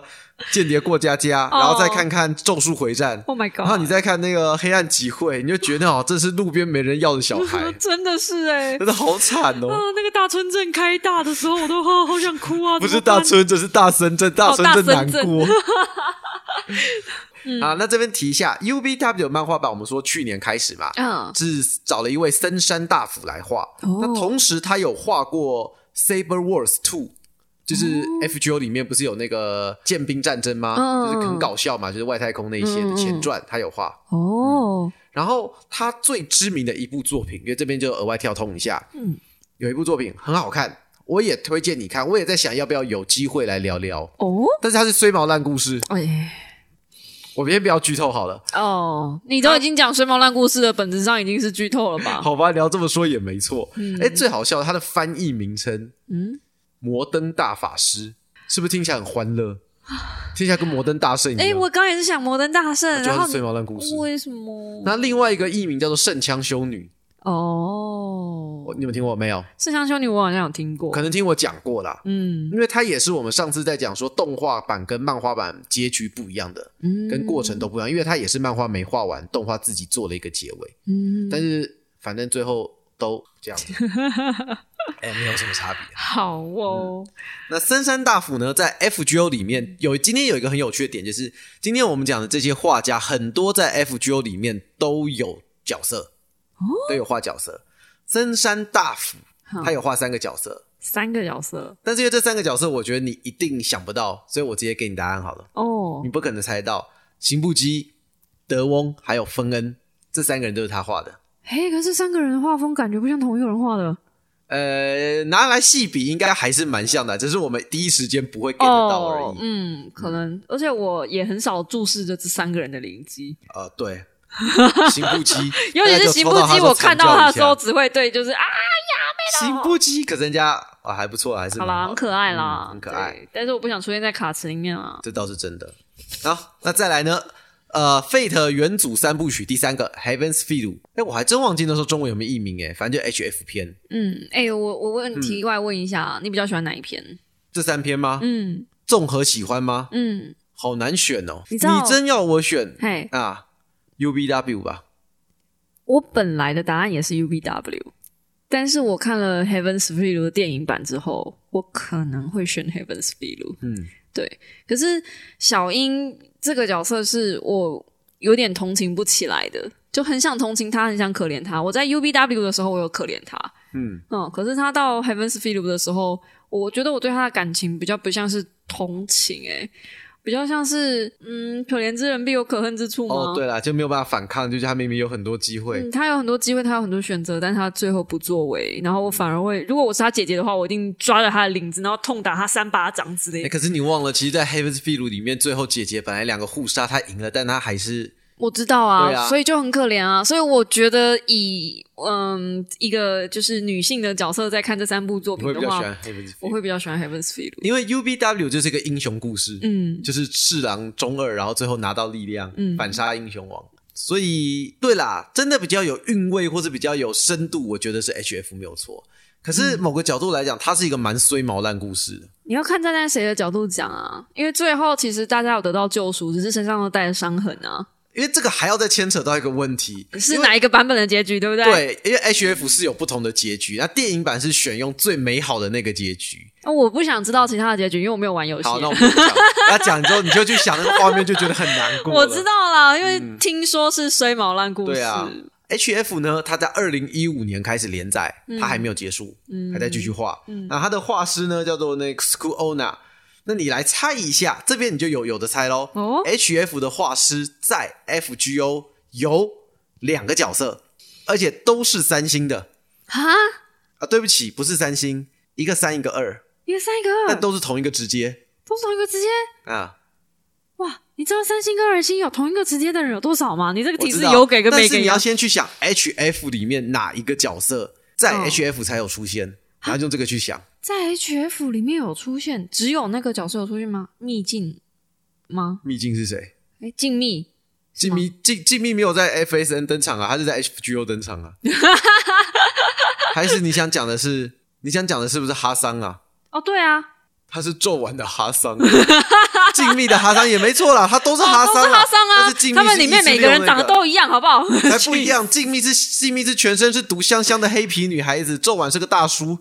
[SPEAKER 1] 《间谍过家家》，然后再看看《咒术回战》
[SPEAKER 2] 哦 Oh my god！
[SPEAKER 1] 然后你再看那个《黑暗集会》，你就觉得哦，这是路边没人要的小 孩，
[SPEAKER 2] 真的 是哎、
[SPEAKER 1] 真的好惨哦。
[SPEAKER 2] 啊，那个大村镇开大的时候，我都好好想哭啊！
[SPEAKER 1] 不
[SPEAKER 2] 怎
[SPEAKER 1] 是
[SPEAKER 2] 么办哦
[SPEAKER 1] 大村，这是大深圳，大深圳
[SPEAKER 2] 大
[SPEAKER 1] 难
[SPEAKER 2] 深圳 嗯
[SPEAKER 1] 过。啊，那这边提一下，UBW 漫画版，我们说去年开始嘛，
[SPEAKER 2] 嗯，
[SPEAKER 1] 是找了一位森山大辅来画。
[SPEAKER 2] 哦
[SPEAKER 1] 那同时他有画过《Saber Wars Two》，就是
[SPEAKER 2] 哦
[SPEAKER 1] FGO 里面不是有那个剑兵战争吗？
[SPEAKER 2] 嗯
[SPEAKER 1] 就是很搞笑嘛，就是外太空那一些的前传，他有画。
[SPEAKER 2] 哦，
[SPEAKER 1] 然后他最知名的一部作品，因为这边就额外跳通一下，
[SPEAKER 2] 嗯，
[SPEAKER 1] 有一部作品很好看，我也推荐你看，我也在想要不要有机会来聊聊，
[SPEAKER 2] 哦，
[SPEAKER 1] 但是它是虽毛烂故事，
[SPEAKER 2] 哎，
[SPEAKER 1] 我们先不要剧透好了，
[SPEAKER 2] 哦，你都已经讲《水毛烂故事》的本质上已经是剧透了吧？
[SPEAKER 1] 好吧，你要这么说也没错，哎、最好笑的它的翻译名称，
[SPEAKER 2] 嗯，
[SPEAKER 1] 摩登大法师，是不是听起来很欢乐？听起来跟摩登大圣一样，
[SPEAKER 2] 啊哎，我刚刚也是想《摩登大圣》，然
[SPEAKER 1] 就
[SPEAKER 2] 后
[SPEAKER 1] 啊是虽毛烂故事。
[SPEAKER 2] 为什么？
[SPEAKER 1] 那另外一个译名叫做《圣枪修女
[SPEAKER 2] 哦，》，
[SPEAKER 1] 你们听过没有？
[SPEAKER 2] 《圣香修女》我好像有听过
[SPEAKER 1] 可，能听我讲过啦。
[SPEAKER 2] 嗯
[SPEAKER 1] 因为它也是我们上次在讲说动画版跟漫画版结局不一样的，
[SPEAKER 2] 嗯
[SPEAKER 1] 跟过程都不一样，因为它也是漫画没画完，动画自己做了一个结尾，
[SPEAKER 2] 嗯，
[SPEAKER 1] 但是反正最后都这 样子，哎、没有什么差别。
[SPEAKER 2] 好哦，
[SPEAKER 1] 那森山大辅呢，在 FGO 里面有今天有一个很有趣的点，就是今天我们讲的这些画家，很多在 FGO 里面都有角色，都有画角色。森山大辅
[SPEAKER 2] 哦好
[SPEAKER 1] 他有画三个角色，
[SPEAKER 2] 三个角色
[SPEAKER 1] 但是因为这三个角色，我觉得你一定想不到，所以我直接给你答案好了。
[SPEAKER 2] 哦
[SPEAKER 1] 你，不可能猜到，刑部基、德翁还有芬恩这三个人都是他画的。
[SPEAKER 2] 嘿，可是三个人的画风感觉不像同一个人画的
[SPEAKER 1] 呃，拿来细比应该还是蛮像的，只是我们第一时间不会 get 得到而已。
[SPEAKER 2] 嗯，可能，而且我也很少注视着这三个人的灵机，
[SPEAKER 1] 呃，对，刑部基，
[SPEAKER 2] 尤其
[SPEAKER 1] 大家
[SPEAKER 2] 是
[SPEAKER 1] 就
[SPEAKER 2] 刑
[SPEAKER 1] 抽
[SPEAKER 2] 部
[SPEAKER 1] 到
[SPEAKER 2] 机，
[SPEAKER 1] 就
[SPEAKER 2] 我看
[SPEAKER 1] 惨
[SPEAKER 2] 到
[SPEAKER 1] 叫
[SPEAKER 2] 他
[SPEAKER 1] 一
[SPEAKER 2] 的
[SPEAKER 1] 下
[SPEAKER 2] 时候，只会对就是啊，
[SPEAKER 1] 刑部基，可是人家啊还不错，还是
[SPEAKER 2] 好
[SPEAKER 1] 蛮
[SPEAKER 2] 啦，很可爱啦
[SPEAKER 1] 嗯，很可爱，
[SPEAKER 2] 对。但是我不想出现在卡池里面啊。
[SPEAKER 1] 这倒是真的。好，那再来呢？呃，Fate 元祖三部曲第三个 Heaven's Feel，哎，我还真忘记那时候中文有没有译名哎，反正就 HF 篇
[SPEAKER 2] 嗯，哎、我我问题外问一下，你比较喜欢哪一篇？
[SPEAKER 1] 这三篇吗？
[SPEAKER 2] 嗯
[SPEAKER 1] 综合喜欢吗？
[SPEAKER 2] 嗯，
[SPEAKER 1] 好难选哦，
[SPEAKER 2] 你知道
[SPEAKER 1] 真要我选
[SPEAKER 2] 嘿，
[SPEAKER 1] 啊，UBW 吧，
[SPEAKER 2] 我本来的答案也是 U B W，但是我看了 Heaven's v i e w 的电影版之后，我可能会选 Heaven's v i e w
[SPEAKER 1] 嗯，
[SPEAKER 2] 对，可是小英这个角色是我有点同情不起来的，就很想同情她，很想可怜她。我在 UBW 的时候，我有可怜她，
[SPEAKER 1] 嗯
[SPEAKER 2] 嗯，可是她到 Heaven's f i e l 的时候，我觉得我对她的感情比较不像是同情、欸，比较像是嗯，可怜之人必有可恨之处吗？
[SPEAKER 1] 哦，对啦，就没有办法反抗，就是他明明有很多机会，
[SPEAKER 2] 嗯，他有很多机会，他有很多选择，但是他最后不作为，然后我反而会，如果我是他姐姐的话，我一定抓着他的领子，然后痛打他三巴掌之类
[SPEAKER 1] 哎、
[SPEAKER 2] 的。
[SPEAKER 1] 可是你忘了，其实，在《Heaven's p i l l 里面，最后姐姐本来两个互杀，她赢了，但她还是
[SPEAKER 2] 我知道啊，
[SPEAKER 1] 对啊
[SPEAKER 2] 所以就很可怜啊，所以我觉得以嗯一个就是女性的角色在看这三部作
[SPEAKER 1] 你
[SPEAKER 2] 品
[SPEAKER 1] 会比
[SPEAKER 2] 的
[SPEAKER 1] 较喜
[SPEAKER 2] 话，
[SPEAKER 1] 欢 Heaven's p
[SPEAKER 2] 我
[SPEAKER 1] i l l
[SPEAKER 2] 会比较喜欢 Heaven's Feel。
[SPEAKER 1] 因为 UBW 就是一个英雄故事，
[SPEAKER 2] 嗯，
[SPEAKER 1] 就是侍郎中二，然后最后拿到力量，
[SPEAKER 2] 嗯
[SPEAKER 1] 反杀英雄王。所以，对啦，真的比较有韵味或者比较有深度，我觉得是 HF 没有错。可是
[SPEAKER 2] 嗯
[SPEAKER 1] 某个角度来讲，它是一个蛮衰毛烂故事的。
[SPEAKER 2] 你要看站在谁的角度讲啊，因为最后其实大家有得到救赎，只是身上都带着伤痕啊，
[SPEAKER 1] 因为这个还要再牵扯到一个问题，
[SPEAKER 2] 是哪一个版本的结局，对不对？，
[SPEAKER 1] 对，因为 HF 是有不同的结局，那电影版是选用最美好的那个结局。
[SPEAKER 2] 啊我不想知道其他的结局，因为我没有玩游戏。
[SPEAKER 1] 好，那我们不讲，那讲之后你就去想那个画面，就觉得很难过了。嗯
[SPEAKER 2] 我知道啦，因为听说是衰毛烂故事。
[SPEAKER 1] 对啊，H.F. 呢，它在二零一五年开始连载，
[SPEAKER 2] 嗯
[SPEAKER 1] 它还没有结束，还在继续画。那它的画师呢叫做那 s c o o n a 那你来猜一下，这边你就有有的猜喽。
[SPEAKER 2] 哦
[SPEAKER 1] H.F. 的画师在 F.G.O 有两个角色，而且都是三星的
[SPEAKER 2] 哈，
[SPEAKER 1] 啊。对不起，不是三星，一个三一个二，
[SPEAKER 2] 一个三一个
[SPEAKER 1] 但
[SPEAKER 2] 二，
[SPEAKER 1] 都是同一个直接
[SPEAKER 2] 都是同一个直接。
[SPEAKER 1] 啊。
[SPEAKER 2] 哇，你知道三星跟二星有同一个直接的人有多少吗？你这个
[SPEAKER 1] 我
[SPEAKER 2] 提
[SPEAKER 1] 知
[SPEAKER 2] 示
[SPEAKER 1] 道
[SPEAKER 2] 有给跟没
[SPEAKER 1] 但是
[SPEAKER 2] 给啊
[SPEAKER 1] 你
[SPEAKER 2] 一
[SPEAKER 1] 要
[SPEAKER 2] 样？
[SPEAKER 1] 先去想 H.F. 里面哪一个角色在
[SPEAKER 2] 哦
[SPEAKER 1] H.F. 才有出现，然后用这个去想。
[SPEAKER 2] 在 HF 里面有出现，只有那个角色有出现吗？秘境吗？
[SPEAKER 1] 秘境是谁？
[SPEAKER 2] 哎，静谧。
[SPEAKER 1] 静谧静静谧没有在 FSN 登场啊，他是在 HGO 登场 啊。还是你想讲的是，你想讲的是不是哈桑啊？
[SPEAKER 2] 哦，对啊，
[SPEAKER 1] 他是纣王的哈桑，啊 静谧的哈桑也没错啦，他都是哈
[SPEAKER 2] 哦
[SPEAKER 1] 桑、
[SPEAKER 2] 都是哈桑
[SPEAKER 1] 但
[SPEAKER 2] 啊
[SPEAKER 1] 是静谧，
[SPEAKER 2] 他们里面
[SPEAKER 1] 是146
[SPEAKER 2] 每个人长得都一样，好 不好？
[SPEAKER 1] 那个才不 一样，静谧是静谧是全身是毒香香的黑皮女孩子，纣王是个大叔，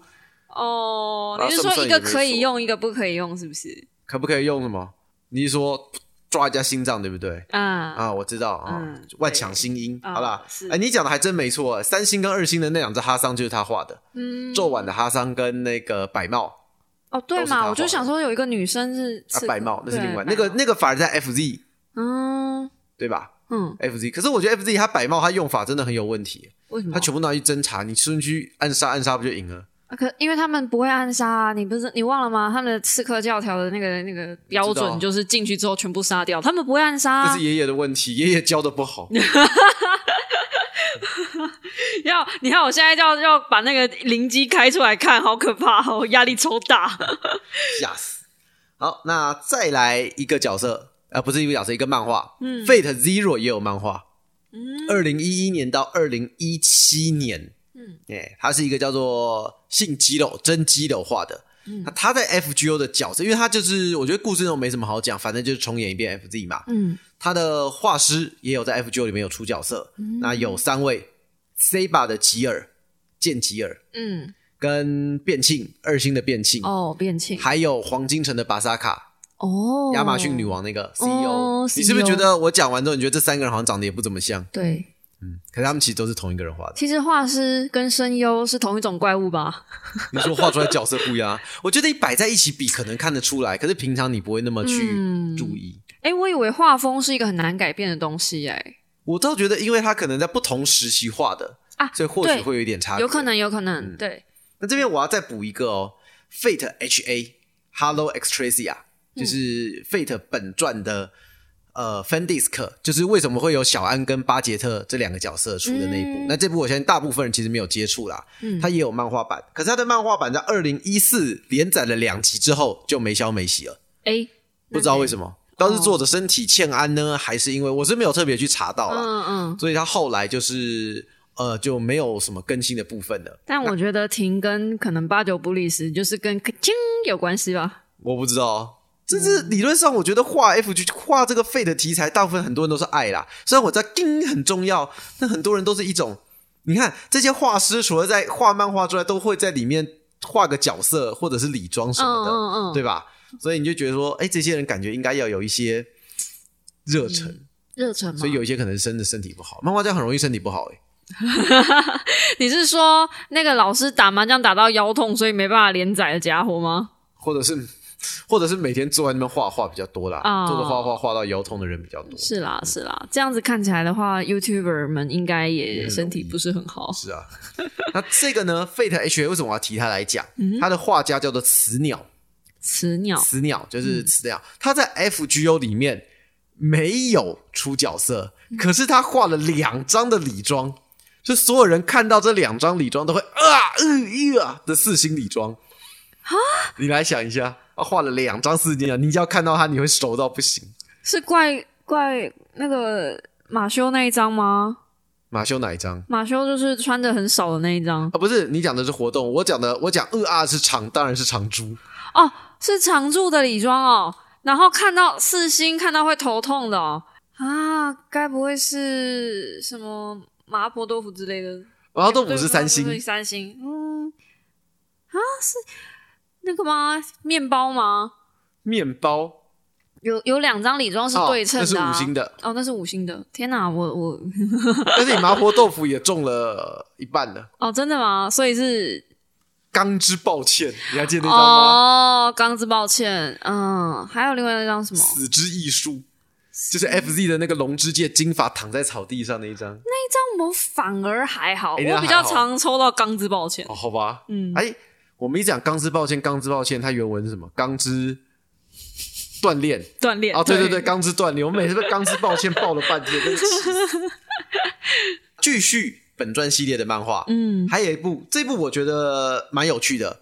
[SPEAKER 2] 哦，
[SPEAKER 1] 啊
[SPEAKER 2] 你是
[SPEAKER 1] 算不
[SPEAKER 2] 说
[SPEAKER 1] 算
[SPEAKER 2] 一个
[SPEAKER 1] 也没
[SPEAKER 2] 可以
[SPEAKER 1] 错
[SPEAKER 2] 用，一个不可以用，是不是？
[SPEAKER 1] 可不可以用什么？你是说抓人家心脏对不对？
[SPEAKER 2] 啊，
[SPEAKER 1] 啊，我知道啊，
[SPEAKER 2] 嗯
[SPEAKER 1] 万抢新音，
[SPEAKER 2] 对
[SPEAKER 1] 好啦
[SPEAKER 2] 啊，是
[SPEAKER 1] 哎、你讲的还真没错，三星跟二星的那两只哈桑就是他画的，
[SPEAKER 2] 嗯，
[SPEAKER 1] 纣晚的哈桑跟那个白帽
[SPEAKER 2] 哦，
[SPEAKER 1] 都
[SPEAKER 2] 对
[SPEAKER 1] 是他
[SPEAKER 2] 嘛，我
[SPEAKER 1] 画
[SPEAKER 2] 就
[SPEAKER 1] 的
[SPEAKER 2] 想说有一个女生是
[SPEAKER 1] 啊
[SPEAKER 2] 刺，
[SPEAKER 1] 白帽那是另外那
[SPEAKER 2] 对
[SPEAKER 1] 个
[SPEAKER 2] 白帽
[SPEAKER 1] 那个反而在 FZ
[SPEAKER 2] 嗯
[SPEAKER 1] 对吧
[SPEAKER 2] 嗯，
[SPEAKER 1] ？FZ，可是我觉得 FZ 他白帽他用法真的很有问题，
[SPEAKER 2] 为什么？
[SPEAKER 1] 他全部拿去侦查，你顺去暗杀暗杀不就赢了？
[SPEAKER 2] 啊可因为他们不会暗杀啊，你不是你忘了吗？他们的刺客教条的那个那个标
[SPEAKER 1] 知道
[SPEAKER 2] 准就是进去之后全部杀掉，他们不会暗杀、
[SPEAKER 1] 这
[SPEAKER 2] 啊
[SPEAKER 1] 是。爷爷的问题，爷爷教的不好，
[SPEAKER 2] 要你看我现在要要把那个灵机开出来看，好可怕哦，压力超大。
[SPEAKER 1] 吓死。好，那再来一个角色，呃，不是一个角色，一个漫画，嗯，Fate Zero 也有漫画，
[SPEAKER 2] 嗯
[SPEAKER 1] 二零一一年到二零一七年，
[SPEAKER 2] 嗯
[SPEAKER 1] 哎、他是一个叫做姓基柳真基柳画的。
[SPEAKER 2] 嗯
[SPEAKER 1] 那他在 FGO 的角色，因为他就是我觉得故事内容没什么好讲，反正就是重演一遍 FZ 嘛。
[SPEAKER 2] 嗯，
[SPEAKER 1] 他的画师也有在 FGO 里面有出角色，
[SPEAKER 2] 嗯
[SPEAKER 1] 那有三位：Saba 的吉尔、剑吉尔
[SPEAKER 2] 嗯
[SPEAKER 1] 跟变庆二星的变庆，
[SPEAKER 2] 哦，变庆
[SPEAKER 1] 还有黄金城的巴萨卡、
[SPEAKER 2] 哦，
[SPEAKER 1] 亚马逊女王那个 CEO。
[SPEAKER 2] 哦
[SPEAKER 1] 你是不是觉
[SPEAKER 2] CEO
[SPEAKER 1] 得我讲完之后，你觉得这三个人好像长得也不怎么像？
[SPEAKER 2] 对。
[SPEAKER 1] 嗯，可是他们其实都是同一个人画 的。
[SPEAKER 2] 其实画师跟声优是同一种怪物吧？
[SPEAKER 1] 你说画出来角色不一样啊，我觉得你摆在一起比可能看得出来，可是平常你不会那么去
[SPEAKER 2] 嗯
[SPEAKER 1] 注意。
[SPEAKER 2] 哎，我以为画风是一个很难改变的东西，哎，
[SPEAKER 1] 我倒觉得，因为他可能在不同时期画的
[SPEAKER 2] 啊
[SPEAKER 1] 所以或许
[SPEAKER 2] 对
[SPEAKER 1] 会有一点差别。
[SPEAKER 2] 有可。能，有可能，
[SPEAKER 1] 嗯
[SPEAKER 2] 对，
[SPEAKER 1] 那这边我要再补一个哦，Fate H A Hello Extrasia，就是
[SPEAKER 2] 嗯
[SPEAKER 1] Fate 本传的、呃 Fan Disc，就是为什么会有小安跟巴杰特这两个角色出的那一部。
[SPEAKER 2] 嗯
[SPEAKER 1] 那这部我相信大部分人其实没有接触啦，
[SPEAKER 2] 嗯
[SPEAKER 1] 它也有漫画版，可是它的漫画版在二零一四连载了两集之后就没消没息了。
[SPEAKER 2] 哎，
[SPEAKER 1] 不知道为
[SPEAKER 2] 么，
[SPEAKER 1] 什么，到底
[SPEAKER 2] 哦
[SPEAKER 1] 是作者身体欠安呢，还是因为我是没有特别去查到啦，
[SPEAKER 2] 嗯嗯，
[SPEAKER 1] 所以他后来就是呃就没有什么更新的部分了。
[SPEAKER 2] 但我觉得停更可能八九不离十，就是跟咔啾有关系吧。
[SPEAKER 1] 我不知
[SPEAKER 2] 嗯
[SPEAKER 1] 道，这是理论上我觉得画 F G 画这个废的题材，大部分很多人都是爱啦。虽然我知道丁很重要，但很多人都是一种，你看这些画师除了在画漫画之外，都会在里面画个角色或者是礼装什么的，
[SPEAKER 2] 嗯嗯嗯嗯
[SPEAKER 1] 对吧？所以你就觉得说，哎，这些人感觉应该要有一些热忱。
[SPEAKER 2] 热忱吗？
[SPEAKER 1] 所以有一些可能是真的身体不好，漫画家很容易身体不好、欸，
[SPEAKER 2] 你是说那个老师打麻将打到腰痛，所以没办法连载的家伙吗？
[SPEAKER 1] 或者是 或者是每天坐在那边画画比较多啦，
[SPEAKER 2] 哦
[SPEAKER 1] 坐着画画画到腰痛的人比较多。
[SPEAKER 2] 是啦是啦，这样子看起来的话，YouTuber 们应该也嗯
[SPEAKER 1] 很
[SPEAKER 2] 身体
[SPEAKER 1] 容易
[SPEAKER 2] 不是很好。
[SPEAKER 1] 是啊， 那这个呢，Fate H A 为什么我要提他来讲？他的画家叫做雌鸟，
[SPEAKER 2] 雌鸟
[SPEAKER 1] 雌鸟就是雌鸟，他在 F G O 里面没有出角色，可是他画了两张的礼装，就所有人看到这两张礼装都会啊呃啊的四星礼装啊，你来想一下，他画了两张四星啊，你只要看到他，你会熟到不行。
[SPEAKER 2] 是怪怪那个马修那一张吗？
[SPEAKER 1] 马修哪一张？
[SPEAKER 2] 马修就是穿的很少的那一张
[SPEAKER 1] 啊，不是你讲的是活动，我讲的我讲呃啊是长，当然是长猪。
[SPEAKER 2] 哦，是常驻的礼装哦。然后看到四星，看到会头痛的哦。啊，该不会是什么麻婆豆腐之类的？
[SPEAKER 1] 然后豆腐是三
[SPEAKER 2] 对麻婆豆腐
[SPEAKER 1] 星
[SPEAKER 2] 是，三星，嗯，啊，是那个吗？面包吗？
[SPEAKER 1] 面包
[SPEAKER 2] 有有两张礼装是对称的、啊
[SPEAKER 1] 哦那是五星的，
[SPEAKER 2] 哦，那是五星的。天哪，我我
[SPEAKER 1] 但是你麻婆豆腐也中了一半了。
[SPEAKER 2] 哦，真的吗？所以是
[SPEAKER 1] 钢之抱歉，你还记得那张吗？
[SPEAKER 2] 哦，刚之抱歉，嗯，还有另外那张什么？
[SPEAKER 1] 死之艺术，就是 F Z 的那个龙之介金发躺在草地上那一张。
[SPEAKER 2] 那我反而还好，
[SPEAKER 1] 哎
[SPEAKER 2] 我
[SPEAKER 1] 那
[SPEAKER 2] 比
[SPEAKER 1] 还
[SPEAKER 2] 较
[SPEAKER 1] 好
[SPEAKER 2] 常抽到刚之抱歉。
[SPEAKER 1] 哦，好吧，
[SPEAKER 2] 嗯
[SPEAKER 1] 哎，我们一讲钢之抱歉，钢之抱歉，它原文是什么？钢之锻炼
[SPEAKER 2] 锻炼
[SPEAKER 1] 哦，对对对，，钢之锻炼。我们每次被钢之抱歉抱了半天，真是 气死继续本传系列的漫画，
[SPEAKER 2] 嗯
[SPEAKER 1] 还有一部，这部我觉得蛮有趣的，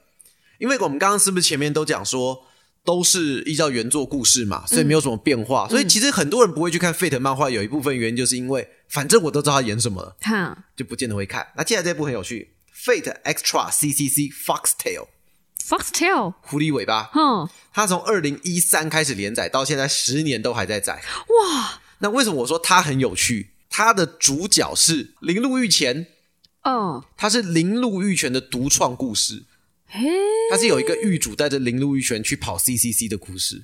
[SPEAKER 1] 因为我们刚刚是不是前面都讲说都是依照原作故事嘛，所以没有什么变化，所以其实很多人不会去看 Fate 漫画，有一部分原因就是因为反正我都知道他演什么了，
[SPEAKER 2] 看
[SPEAKER 1] 就不见得会看。那接下来这部很有趣，Fate Extra CCC Foxtail
[SPEAKER 2] Foxtail，
[SPEAKER 1] 狐狸尾巴，
[SPEAKER 2] 哼，
[SPEAKER 1] 它从二零一三开始连载到现在十年都还在载，哇！那为什么我说它很有趣？它的主角是林鹿御前，
[SPEAKER 2] 嗯，
[SPEAKER 1] 它是林鹿御前的独创故事。
[SPEAKER 2] 嘿，
[SPEAKER 1] 它是有一个狱主带着林鹿玉泉去跑 CCC 的故事，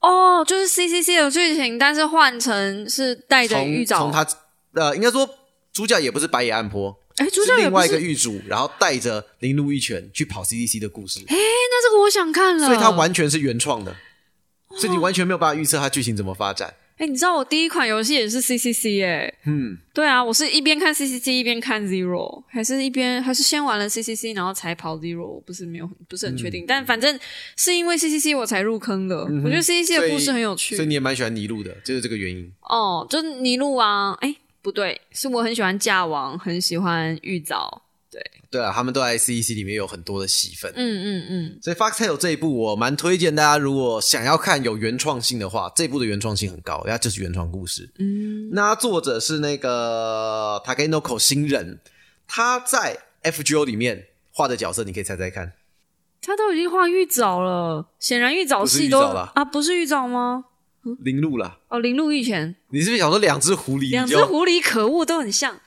[SPEAKER 2] 哦，就是 C C C 的剧情，但是换成是带着
[SPEAKER 1] 从
[SPEAKER 2] 哎玉藻，
[SPEAKER 1] 从他呃，应该说主角也不是白野暗坡，
[SPEAKER 2] 哎，主角
[SPEAKER 1] 是
[SPEAKER 2] 也
[SPEAKER 1] 另
[SPEAKER 2] 不
[SPEAKER 1] 外一
[SPEAKER 2] 是
[SPEAKER 1] 个，狱主，然后带着林鹿玉泉去跑 CCC 的故事，
[SPEAKER 2] 那这个我想看了，
[SPEAKER 1] 所以它完全是原创的，所以你完全没有办法预测它剧情怎么发展。
[SPEAKER 2] 哎、你知道我第一款游戏也是 CCC 哎、
[SPEAKER 1] 嗯，
[SPEAKER 2] 对啊，我是一边看 CCC 一边看 Zero，还是一边还是先玩了 CCC 然后才跑 Zero，我不是没有很不是很
[SPEAKER 1] 嗯
[SPEAKER 2] 确定，但反正是因为 CCC 我才入坑的。我觉得 CCC
[SPEAKER 1] 所
[SPEAKER 2] 的
[SPEAKER 1] 以
[SPEAKER 2] 故事很有
[SPEAKER 1] 所以
[SPEAKER 2] 趣
[SPEAKER 1] 你也蛮喜欢尼禄的，就是这个原因。
[SPEAKER 2] 哦，就是尼禄啊，哎、不对，是我很喜欢驾王，很喜欢玉藻，
[SPEAKER 1] 对啊，他们都在 CCC 里面有很多的戏份。
[SPEAKER 2] 嗯嗯嗯，
[SPEAKER 1] 所以《Foxtail》这一部我蛮推荐大家，如果想要看有原创性的话，这部的原创性很高，它就是原创故事。嗯，那作者是那个 Takenoko 新人，他在 FGO 里面画的角色，你可以猜猜看。
[SPEAKER 2] 他都已经画玉藻了，显然玉藻
[SPEAKER 1] 不是
[SPEAKER 2] 系
[SPEAKER 1] 玉
[SPEAKER 2] 都
[SPEAKER 1] 藻啦
[SPEAKER 2] 啊不是玉藻吗？
[SPEAKER 1] 林鹿啦，
[SPEAKER 2] 哦，林鹿玉泉，
[SPEAKER 1] 你是不是想说两只狐狸？
[SPEAKER 2] 两只狐狸可恶都很像。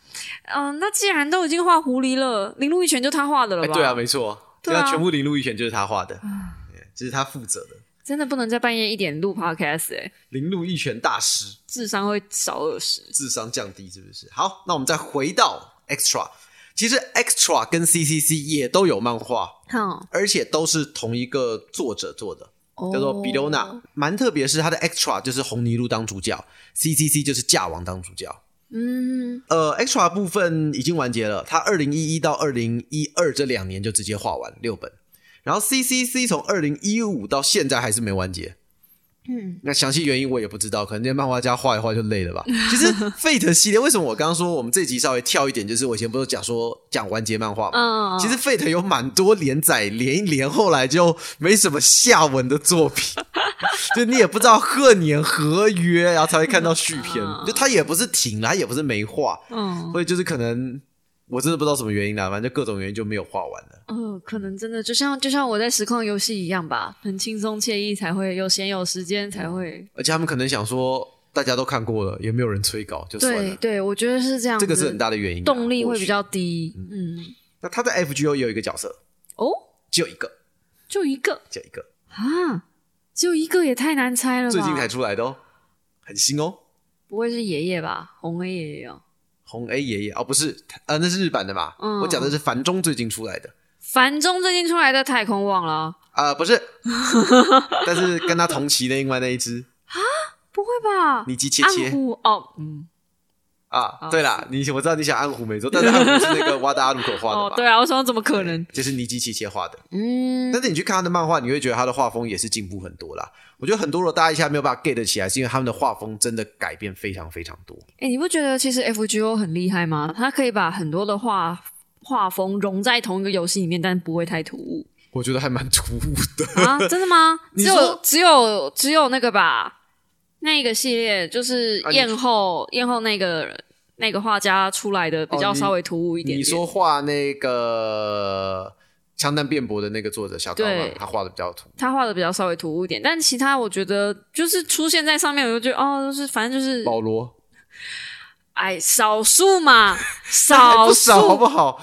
[SPEAKER 2] 嗯、那既然都已经画狐狸了，林鹿一拳就他画的了
[SPEAKER 1] 哎，
[SPEAKER 2] 吧？
[SPEAKER 1] 对啊，没错，
[SPEAKER 2] 对啊啊
[SPEAKER 1] 全部林鹿一拳就是他画的，哎对这是他负责的。
[SPEAKER 2] 真的不能在半夜一点录 podcast 哎、
[SPEAKER 1] 林鹿一拳大师，
[SPEAKER 2] 智商会少二十。
[SPEAKER 1] 智商降低是不是？好，那我们再回到 Extra，其实 Extra 跟 CCC 也都有漫画。
[SPEAKER 2] 好，
[SPEAKER 1] 而且都是同一个作者做的，
[SPEAKER 2] 哦
[SPEAKER 1] 叫做比
[SPEAKER 2] 欧
[SPEAKER 1] 刘娜。蛮特别是他的 Extra 就是红泥路当主角，CCC 就是架王当主角。
[SPEAKER 2] 嗯，
[SPEAKER 1] 呃，Extra 部分已经完结了，他二零一一到二零一二这两年就直接画完六本，然后 CCC 从二零一五到现在还是没完结。
[SPEAKER 2] 嗯，
[SPEAKER 1] 那详细原因我也不知道，可能那些漫画家画一画就累 了吧。其实 Fate 系列为什么我刚刚说我们这集稍微跳一点，就是我以前不是讲说讲完结漫画嘛，
[SPEAKER 2] 嗯，
[SPEAKER 1] 其实 Fate 有蛮多连载连一连，后来就没什么下文的作品， 就你也不知道何年何月，然后才会看到续篇。就它也不是停了，它也不是没画，
[SPEAKER 2] 嗯
[SPEAKER 1] 所以就是可能我真的不知道什么原因啦，反正就各种原因就没有画完了。
[SPEAKER 2] 嗯，可能真的就像就像我在实况游戏一样吧，很轻松惬意才会有闲有时间才会。
[SPEAKER 1] 而且他们可能想说，大家都看过了，也没有人催稿，就算
[SPEAKER 2] 对
[SPEAKER 1] 了。
[SPEAKER 2] 对，我觉得是这样子，
[SPEAKER 1] 这个是很大的原因啊，
[SPEAKER 2] 动力会
[SPEAKER 1] 或许
[SPEAKER 2] 比。较低。嗯，
[SPEAKER 1] 那他在 FGO 也有一个角色，
[SPEAKER 2] 哦，
[SPEAKER 1] 只有一个，
[SPEAKER 2] 就一个
[SPEAKER 1] 只有一个，
[SPEAKER 2] 啊，只有一个也太难猜了吧？
[SPEAKER 1] 最近才出来的哦，很新哦。
[SPEAKER 2] 不会是爷爷吧？红 A 爷爷哦，
[SPEAKER 1] 红 A 爷爷哦，不是，呃，那是日版的嘛。
[SPEAKER 2] 嗯
[SPEAKER 1] 我讲的是繁中最近出来的，
[SPEAKER 2] 繁中最近出来的太空网了，
[SPEAKER 1] 啊、不 是，但是跟他同期的另外那一只，
[SPEAKER 2] 不会吧？
[SPEAKER 1] 你急切
[SPEAKER 2] 暗
[SPEAKER 1] 切
[SPEAKER 2] 虎哦，嗯，
[SPEAKER 1] 啊
[SPEAKER 2] 哦，
[SPEAKER 1] 对啦，你我知道你想安虎没错，但是安虎是那个挖大阿鲁口画的
[SPEAKER 2] 哦
[SPEAKER 1] 吧？，
[SPEAKER 2] 对啊，我想怎么可能？
[SPEAKER 1] 就是尼基奇切画的。
[SPEAKER 2] 嗯，
[SPEAKER 1] 但是你去看他的漫画，你会觉得他的画风也是进步很多啦。我觉得很多的大家一下没有办法 get 起来，是因为他们的画风真的改变非常非常多。
[SPEAKER 2] 哎，你不觉得其实 FGO 很厉害吗？它可以把很多的画画风融在同一个游戏里面，但不会太突兀
[SPEAKER 1] 我觉得还蛮突兀的。
[SPEAKER 2] 啊？真的吗？
[SPEAKER 1] 你
[SPEAKER 2] 只
[SPEAKER 1] 说
[SPEAKER 2] 有只有只有那个吧，那一个系列就是
[SPEAKER 1] 啊你
[SPEAKER 2] 艳后艳后那个那个画家出来的比
[SPEAKER 1] 哦
[SPEAKER 2] 较
[SPEAKER 1] 你
[SPEAKER 2] 稍微突兀一点点。
[SPEAKER 1] 你说画那个枪弹辩驳的那个作者小高嘛
[SPEAKER 2] 对，
[SPEAKER 1] 他画的比较突兀。
[SPEAKER 2] 他画的比较稍微突兀一点，但其他我觉得就是出现在上面，我就觉得哦，就是反正就是
[SPEAKER 1] 保罗，
[SPEAKER 2] 哎，少数 嘛，
[SPEAKER 1] 还
[SPEAKER 2] 少
[SPEAKER 1] 哎不
[SPEAKER 2] 数
[SPEAKER 1] 少好不好？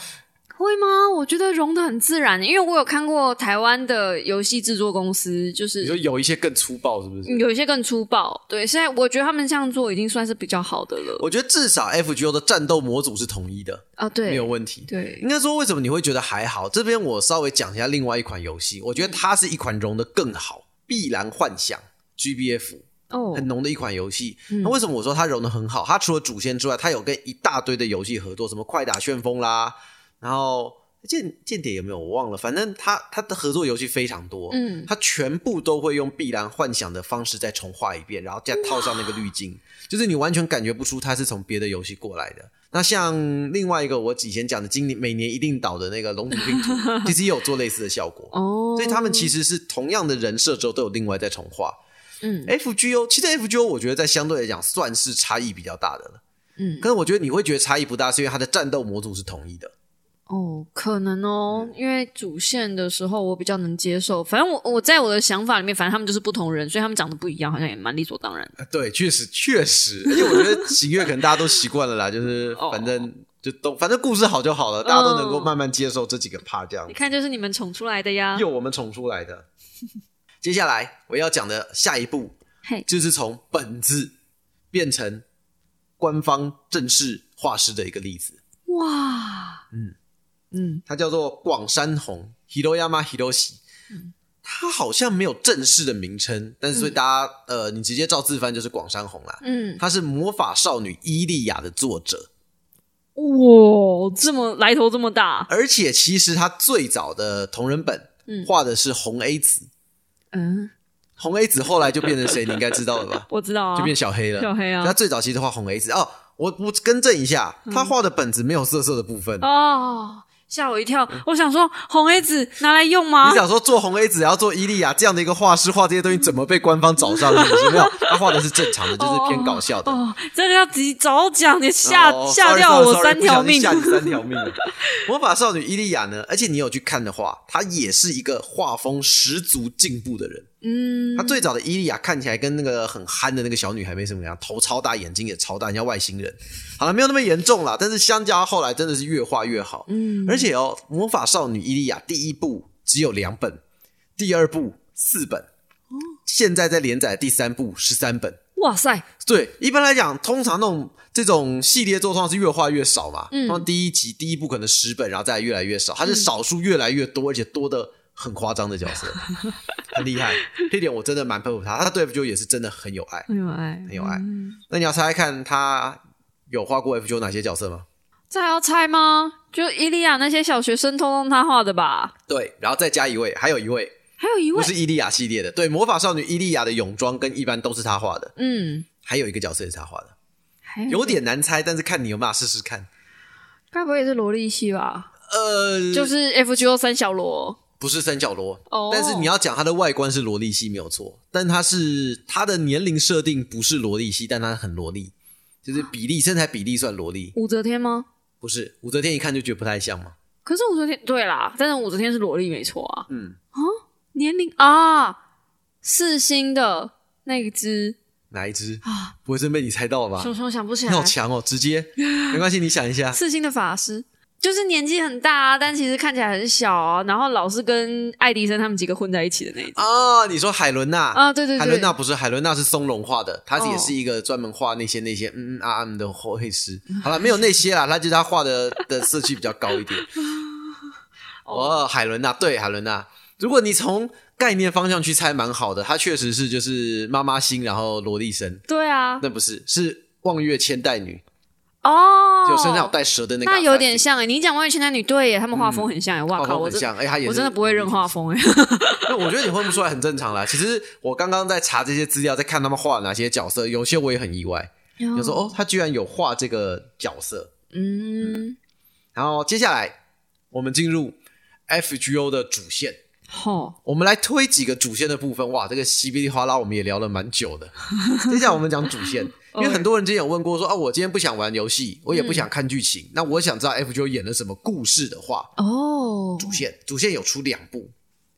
[SPEAKER 2] 会吗？我觉得融的很自然，因为我有看过台湾的游戏制作公司，就
[SPEAKER 1] 你说
[SPEAKER 2] 是
[SPEAKER 1] 有一些更粗暴是不是？
[SPEAKER 2] 有一些更粗暴。对，现在我觉得他们这样做已经算是比较好的了
[SPEAKER 1] 我觉得至少 FGO 的战斗模组是统一的，
[SPEAKER 2] 啊。
[SPEAKER 1] 没有
[SPEAKER 2] 对，
[SPEAKER 1] 问题。
[SPEAKER 2] 对，
[SPEAKER 1] 应该说，为什么你会觉得还好？这边我稍微讲一下另外一款游戏，我觉得它是一款融的更好，《碧蓝幻想》GBF
[SPEAKER 2] 哦，
[SPEAKER 1] 很浓的一款游戏。
[SPEAKER 2] 嗯
[SPEAKER 1] 那为什么我说它融的很好？它除了主线之外，它有跟一大堆的游戏合作，什么快打旋风啦，然后间间谍有没有我忘了，反正它它的合作游戏非常多。
[SPEAKER 2] 嗯，
[SPEAKER 1] 它全部都会用碧蓝幻想的方式再重画一遍，然后再套上那个滤镜，就是你完全感觉不出它是从别的游戏过来的。那像另外一个我以前讲的，今年每年一定导的那个《龙族拼图》，其实也有做类似的效果，
[SPEAKER 2] 哦，
[SPEAKER 1] 所以他们其实是同样的人设之后都有另外再重画。
[SPEAKER 2] 嗯
[SPEAKER 1] 哎 FGO 其实 FGO 我觉得在相对来讲算是差异比较大的了，
[SPEAKER 2] 嗯
[SPEAKER 1] 可是我觉得你会觉得差异不大，是因为它的战斗模组是统一的。
[SPEAKER 2] 哦，可能哦，
[SPEAKER 1] 嗯
[SPEAKER 2] 因为主线的时候我比较能接受，反正我我在我的想法里面，反正他们就是不同人，所以他们长得不一样，好像也蛮理所当然的。
[SPEAKER 1] 呃 对，确实确实，而且我觉得喜悦可能大家都习惯了啦，就是
[SPEAKER 2] 哦
[SPEAKER 1] 反正就都反正故事好就好了，大家都能够慢慢接受这几个 part 这样
[SPEAKER 2] 你。看，就是你们宠出来的呀。
[SPEAKER 1] 又我们宠出来 的。接下来我要讲的下一步
[SPEAKER 2] 嘿，
[SPEAKER 1] 就是从本子变成官方正式画师的一个例子，
[SPEAKER 2] 哇，
[SPEAKER 1] 嗯
[SPEAKER 2] 嗯，
[SPEAKER 1] 它叫做广山红 （Hiroyama Hiroshi）。它好像没有正式的名称，但是所以大家、呃，你直接照字翻就是广山红啦。
[SPEAKER 2] 嗯，
[SPEAKER 1] 她是《魔法少女伊利亚》的作者，
[SPEAKER 2] 哇，这么来头这么大，
[SPEAKER 1] 而且其实他最早的同人本
[SPEAKER 2] 嗯
[SPEAKER 1] 画的是红 A 子，
[SPEAKER 2] 嗯，
[SPEAKER 1] 红 A 子后来就变成谁？你应该知道了 吧？
[SPEAKER 2] 我知道啊，
[SPEAKER 1] 就变小黑了。
[SPEAKER 2] 小黑啊嗯
[SPEAKER 1] 他最早其实画红 A 子哦，我我更正一下，他画的本子没有色色的部分。
[SPEAKER 2] 哦，吓我一跳，我想说红 A 子拿来用
[SPEAKER 1] 嗯
[SPEAKER 2] 吗
[SPEAKER 1] 你？想说做红 A 子，然后做伊利亚这样的一个画师画这些东西，怎么被官方找上？是不是没有，他画的是正常的，就是偏搞笑的。
[SPEAKER 2] 哦，这个要及早讲，你吓
[SPEAKER 1] 哦
[SPEAKER 2] 吓
[SPEAKER 1] sorry，
[SPEAKER 2] 掉
[SPEAKER 1] sorry，
[SPEAKER 2] 我
[SPEAKER 1] sorry，
[SPEAKER 2] 三条
[SPEAKER 1] 不小心
[SPEAKER 2] 命
[SPEAKER 1] 吓你三条命了。魔法少女伊利亚呢？而且你有去看的话，她也是一个画风十足进步的人。
[SPEAKER 2] 嗯
[SPEAKER 1] 她，最早的伊利亚看起来跟那个很憨的那个小女孩没什么两样，头超大，眼睛也超大，很像外星人。好了，没有那么严重啦，但是相较后来真的是越画越好。
[SPEAKER 2] 嗯，
[SPEAKER 1] 而且哦，魔法少女伊利亚第一部只有两本，第二部四本，
[SPEAKER 2] 哦
[SPEAKER 1] 现在在连载的第三部十三本。
[SPEAKER 2] 哇塞，哎
[SPEAKER 1] 对，一般来讲，通常那种这种系列做通常是越画越少嘛。
[SPEAKER 2] 嗯
[SPEAKER 1] 通常第一集、第一部可能十本，然后再来越来越少，它是少数越来越多，而且多的很夸张的角 色，很厉害。这点我真的蛮佩服他，他对 F 九也是真的很有爱。
[SPEAKER 2] 很有爱，
[SPEAKER 1] 很有爱
[SPEAKER 2] 嗯
[SPEAKER 1] 那你要猜猜看，他有画过 F 九哪些角色吗？
[SPEAKER 2] 这还要猜吗？就伊利亚那些小学生偷弄他画的吧？
[SPEAKER 1] 对，然后再加一位，还有一位
[SPEAKER 2] 还有一
[SPEAKER 1] 不
[SPEAKER 2] 位，
[SPEAKER 1] 是伊利亚系列的，对，魔法少女伊利亚的泳装跟一般都是他画的，
[SPEAKER 2] 嗯，
[SPEAKER 1] 还有一个角色也是他画的，
[SPEAKER 2] 还有
[SPEAKER 1] 有点难猜，但是看你有没有试试看。
[SPEAKER 2] 该不会也是萝莉系吧？
[SPEAKER 1] 呃，
[SPEAKER 2] 就是 F G O 三小罗
[SPEAKER 1] 不是三角罗，
[SPEAKER 2] 哦，
[SPEAKER 1] 但是你要讲它的外观是萝莉系没有错，但它是它的年龄设定不是萝莉系，但它很萝莉，
[SPEAKER 2] 啊
[SPEAKER 1] 就是比例身材比例算萝莉，
[SPEAKER 2] 武则天吗？
[SPEAKER 1] 不是武则天一看就觉得不太像嘛。
[SPEAKER 2] 可是武则天对啦，但是武则天是萝莉没错啊，
[SPEAKER 1] 嗯，
[SPEAKER 2] 年龄啊，四星的那一只
[SPEAKER 1] 哪一只？
[SPEAKER 2] 啊，
[SPEAKER 1] 不会真被你猜到了吧
[SPEAKER 2] 熊？熊想不啊起
[SPEAKER 1] 你
[SPEAKER 2] 来
[SPEAKER 1] 好，强哦，直接没关系，你想一 下，
[SPEAKER 2] 四星的法师。就是年纪很大啊，但其实看起来很小啊，然后老是跟爱迪生他们几个混在一起的那一只
[SPEAKER 1] 啊，你说海伦娜
[SPEAKER 2] 啊，对对
[SPEAKER 1] 海伦
[SPEAKER 2] 对，
[SPEAKER 1] 娜不是海伦娜是松隆画的，她
[SPEAKER 2] 哦
[SPEAKER 1] 也是一个专门画那些那些嗯嗯啊啊嗯的绘师。
[SPEAKER 2] 嗯
[SPEAKER 1] 好了，没有那些啦，她就是哦 她画的的色系比较高一点。哦，海伦娜对海伦娜，如果你从概念方向去猜，蛮好的。它确实是就是妈妈心，然后萝莉身，
[SPEAKER 2] 对啊，
[SPEAKER 1] 那不是是望月千代女，
[SPEAKER 2] 哦，
[SPEAKER 1] 就身上有带蛇的那个。嗯
[SPEAKER 2] 那有点像哎、你讲《万语千代女》对耶，他们画风很像哎、哇
[SPEAKER 1] 画
[SPEAKER 2] 靠，
[SPEAKER 1] 风
[SPEAKER 2] 我
[SPEAKER 1] 很
[SPEAKER 2] 真
[SPEAKER 1] 像，哎，她也
[SPEAKER 2] 我
[SPEAKER 1] 是
[SPEAKER 2] 真的不会认画 风哎、
[SPEAKER 1] 那我觉得你混不出来很正常啦。其实我刚刚在查这些资料，在看他们画哪些角色，有些我也很意外，
[SPEAKER 2] 有
[SPEAKER 1] 就说哦，他居然有画这个角色。
[SPEAKER 2] 嗯，
[SPEAKER 1] 然后接下来我们进入 FGO 的主线，
[SPEAKER 2] 吼，
[SPEAKER 1] 我们来推几个主线的部分。哇，这个稀里哗啦我们也聊了蛮久的。接下来我们讲主线，因为
[SPEAKER 2] OK
[SPEAKER 1] 很多人之前有问过说啊，我今天不想玩游戏，我也不想看剧情，那我想知道 FGO 演了什么故事的话，
[SPEAKER 2] 哦，
[SPEAKER 1] 主线，主线有出两部，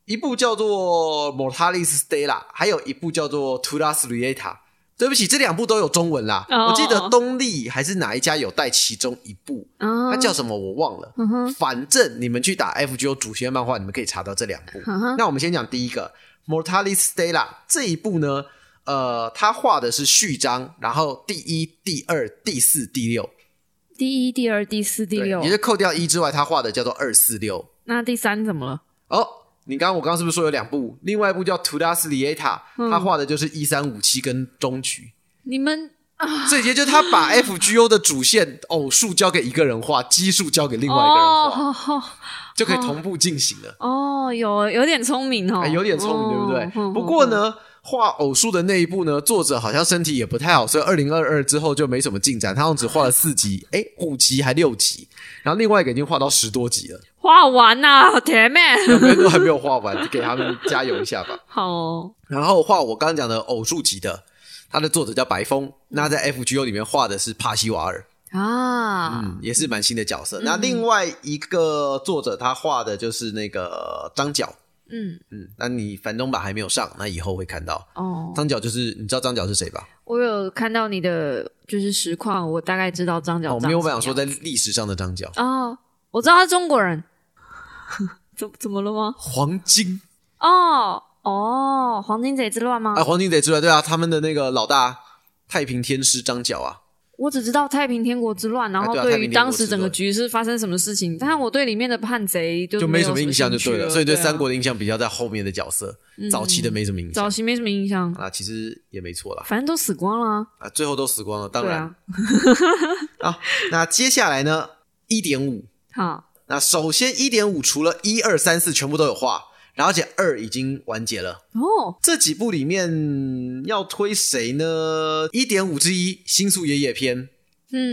[SPEAKER 1] 一部叫做《Mortalis Stella》，还有一部叫做《Tulas Rieta》。对不起，这两部都有中文啦。
[SPEAKER 2] 哦
[SPEAKER 1] 我记得东立还是哪一家有带其中一部，
[SPEAKER 2] 啊，
[SPEAKER 1] 它叫什么我忘了。
[SPEAKER 2] 嗯哼，
[SPEAKER 1] 反正你们去打 FGO 主线漫画，你们可以查到这两部。
[SPEAKER 2] 嗯哼，
[SPEAKER 1] 那我们先讲第一个《Mortalis Stella》这一部呢，呃，它画的是序章，然后第一、第二、第四、第六，
[SPEAKER 2] 第一、第二、第四、第
[SPEAKER 1] 对，
[SPEAKER 2] 六
[SPEAKER 1] 也，就扣掉一之外，它画的叫做二四六。
[SPEAKER 2] 那第三怎么了？
[SPEAKER 1] 哦，你刚刚我刚刚是不是说有两部？另外一部叫《图拉斯里耶塔》，
[SPEAKER 2] 嗯
[SPEAKER 1] 他画的就是一三五七跟终局，
[SPEAKER 2] 你们
[SPEAKER 1] 所以也就是他 把 FGO 的主线偶数交给一个人画，奇数交给另外一个人画，
[SPEAKER 2] 哦哦
[SPEAKER 1] 就可以同步进行了。
[SPEAKER 2] 哦，有有点聪明哦
[SPEAKER 1] 哎，，有点聪明，对不
[SPEAKER 2] 哦
[SPEAKER 1] 对？
[SPEAKER 2] 哼
[SPEAKER 1] 不过，
[SPEAKER 2] 哼哼
[SPEAKER 1] 呢，画偶数的那一部呢，作者好像身体也不太好，所以二零二二之后就没什么进展。他好像只画了四集，哎，五集还六集，然后另外一个已经画到十多集了，
[SPEAKER 2] 画完啊啦，铁妹，
[SPEAKER 1] 两边都还没有画完，给他们加油一下吧。
[SPEAKER 2] 好哦，
[SPEAKER 1] 然后画我刚刚讲的偶数级的，它的作者叫白风，那在 FGO 里面画的是帕西瓦尔，
[SPEAKER 2] 啊，
[SPEAKER 1] 嗯，也是蛮新的角色。那另外一个作者他画的就是那个张角，
[SPEAKER 2] 嗯，
[SPEAKER 1] 嗯，那你繁中版还没有上，那以后会看到
[SPEAKER 2] 哦，
[SPEAKER 1] 张角就是你知道张角是谁吧？
[SPEAKER 2] 我有看到你的就是实况，我大概知道张角
[SPEAKER 1] 哦，
[SPEAKER 2] 长
[SPEAKER 1] 没有
[SPEAKER 2] 怎
[SPEAKER 1] 办法说
[SPEAKER 2] 样
[SPEAKER 1] 在历史上的张角，
[SPEAKER 2] 哦，我知道他是中国人， 怎怎么了吗？
[SPEAKER 1] 黄金
[SPEAKER 2] 哦哦，黄金贼之乱吗？
[SPEAKER 1] 啊，黄金贼之外，对啊，他们的那个老大太平天师张角啊，
[SPEAKER 2] 我只知道太平天国之乱，然后
[SPEAKER 1] 对啊
[SPEAKER 2] 对
[SPEAKER 1] 太平
[SPEAKER 2] 于
[SPEAKER 1] 天国
[SPEAKER 2] 当时
[SPEAKER 1] 之
[SPEAKER 2] 整个
[SPEAKER 1] 乱
[SPEAKER 2] 局势发生什么事情，但我对里面的叛贼就
[SPEAKER 1] 就
[SPEAKER 2] 没
[SPEAKER 1] 没
[SPEAKER 2] 有
[SPEAKER 1] 什么印象就
[SPEAKER 2] 兴趣
[SPEAKER 1] 对
[SPEAKER 2] 了，
[SPEAKER 1] 了，所以对
[SPEAKER 2] 啊嗯
[SPEAKER 1] 三国的印象比较在后面的角色，早期的没什么印象
[SPEAKER 2] 早期没什么印象，
[SPEAKER 1] 啊，其实也没错啦。
[SPEAKER 2] 反正都死光了啊。
[SPEAKER 1] 啊，最后都死光了，当
[SPEAKER 2] 对
[SPEAKER 1] 然
[SPEAKER 2] 啊，
[SPEAKER 1] 啊那接下来呢，一点五，
[SPEAKER 2] 好，
[SPEAKER 1] 那首先一点五除了一二三四全部都有画，然后而且二已经完结了。
[SPEAKER 2] 哦，
[SPEAKER 1] 这几部里面要推谁呢？一点五之一《新宿爷爷篇》，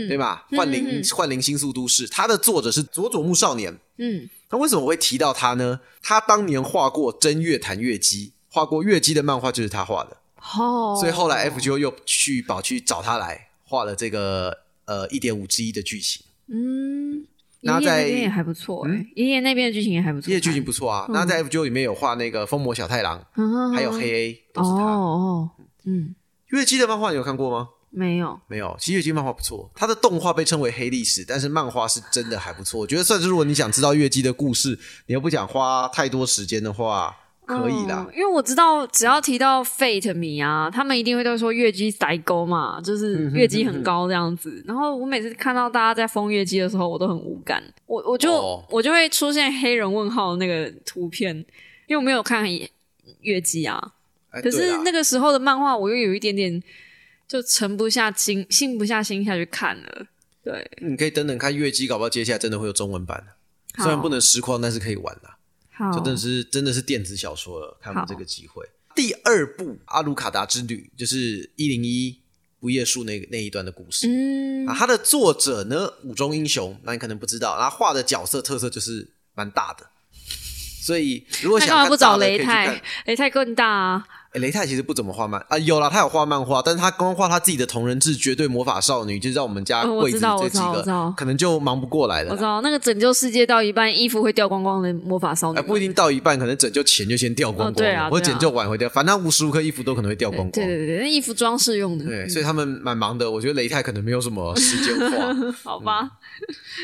[SPEAKER 1] 对
[SPEAKER 2] 嗯
[SPEAKER 1] 吧？
[SPEAKER 2] 嗯
[SPEAKER 1] 幻
[SPEAKER 2] 嗯
[SPEAKER 1] 灵
[SPEAKER 2] 嗯
[SPEAKER 1] 幻灵新宿都市，它的作者是佐佐木少年。
[SPEAKER 2] 嗯，
[SPEAKER 1] 那为什么我会提到他呢？他当年画过《真月谈月姬》，画过月姬的漫画就是他画的。
[SPEAKER 2] 好，
[SPEAKER 1] 所以后
[SPEAKER 2] 哦
[SPEAKER 1] 来 FGO 又去宝去找他来画了这个呃一点五之一的剧情，
[SPEAKER 2] 嗯，爷
[SPEAKER 1] 那
[SPEAKER 2] 爷
[SPEAKER 1] 在
[SPEAKER 2] 那边也还不错哎，爷爷那边的剧情也还不错，
[SPEAKER 1] 这些剧情，不错啊。
[SPEAKER 2] 嗯
[SPEAKER 1] 那在 FGO 里面有画那个疯魔小太郎，还
[SPEAKER 2] 还
[SPEAKER 1] 有黑 A 都
[SPEAKER 2] 嗯哦
[SPEAKER 1] 是他。
[SPEAKER 2] 哦，嗯，
[SPEAKER 1] 月姬的漫画你有看过吗？
[SPEAKER 2] 没有，
[SPEAKER 1] 没有，其实月姬漫画不错，它的动画被称为黑历史，但是漫画是真的还不错。我觉得算是如果你想知道月姬的故事，你又不想花太多时间的话，可以啦
[SPEAKER 2] 嗯。因为我知道，只要提到 Fate 迷啊，他们一定会都说月姬宅沟嘛，
[SPEAKER 1] 嗯
[SPEAKER 2] 就是月姬很高这样子。然后我每次看到大家在封月姬的时候，我都很无感，我我就、
[SPEAKER 1] 哦
[SPEAKER 2] 我就会出现黑人问号那个图片，因为我没有看月姬啊。
[SPEAKER 1] 哎
[SPEAKER 2] 可
[SPEAKER 1] 对
[SPEAKER 2] 是
[SPEAKER 1] 啦
[SPEAKER 2] 那个时候的漫画，我又有一点点就沉不下心，静不下心下去看了。对，
[SPEAKER 1] 你可以等等看月姬，搞不好接下来真的会有中文版，虽然不能实况，但是可以玩啦。
[SPEAKER 2] 好，
[SPEAKER 1] 就真的是真的是电子小说了，看我们这
[SPEAKER 2] 哦好
[SPEAKER 1] 个机会。第二部《阿鲁卡达之旅》就是一零一不夜树那那一段的故事、
[SPEAKER 2] 嗯
[SPEAKER 1] 啊，它的作者呢武中英雄，那你可能不知道，然后画的角色特色就是蛮大的，所以如果
[SPEAKER 2] 那
[SPEAKER 1] 想
[SPEAKER 2] 干嘛
[SPEAKER 1] 看
[SPEAKER 2] 不
[SPEAKER 1] 大
[SPEAKER 2] 找
[SPEAKER 1] 的
[SPEAKER 2] 雷
[SPEAKER 1] 可以去看
[SPEAKER 2] 泰？雷泰更大啊！
[SPEAKER 1] 诶雷泰其实不怎么画漫啊，有啦，他有画漫画，但是他光画他自己的同人志《绝对魔法少女》，就是在我们家
[SPEAKER 2] 嗯我
[SPEAKER 1] 柜
[SPEAKER 2] 知
[SPEAKER 1] 子
[SPEAKER 2] 道
[SPEAKER 1] 这
[SPEAKER 2] 我
[SPEAKER 1] 几
[SPEAKER 2] 知道我知
[SPEAKER 1] 个
[SPEAKER 2] 道，
[SPEAKER 1] 可能就忙不过来了
[SPEAKER 2] 我知
[SPEAKER 1] 啦。
[SPEAKER 2] 道那个拯救世界到一半，衣服会掉光光的魔法少女、
[SPEAKER 1] 哎，不一定到一半，可能拯救前就先掉光
[SPEAKER 2] 哦
[SPEAKER 1] 光
[SPEAKER 2] 对
[SPEAKER 1] 了，
[SPEAKER 2] 啊
[SPEAKER 1] 或者
[SPEAKER 2] 对啊
[SPEAKER 1] 拯救晚回掉，反正他无时无刻衣服都可能会掉光光。
[SPEAKER 2] 对对嗯对对，那衣服装饰用的。
[SPEAKER 1] 对，所以他们蛮忙的。我觉得雷泰可能没有什么时间 花，
[SPEAKER 2] 好吧，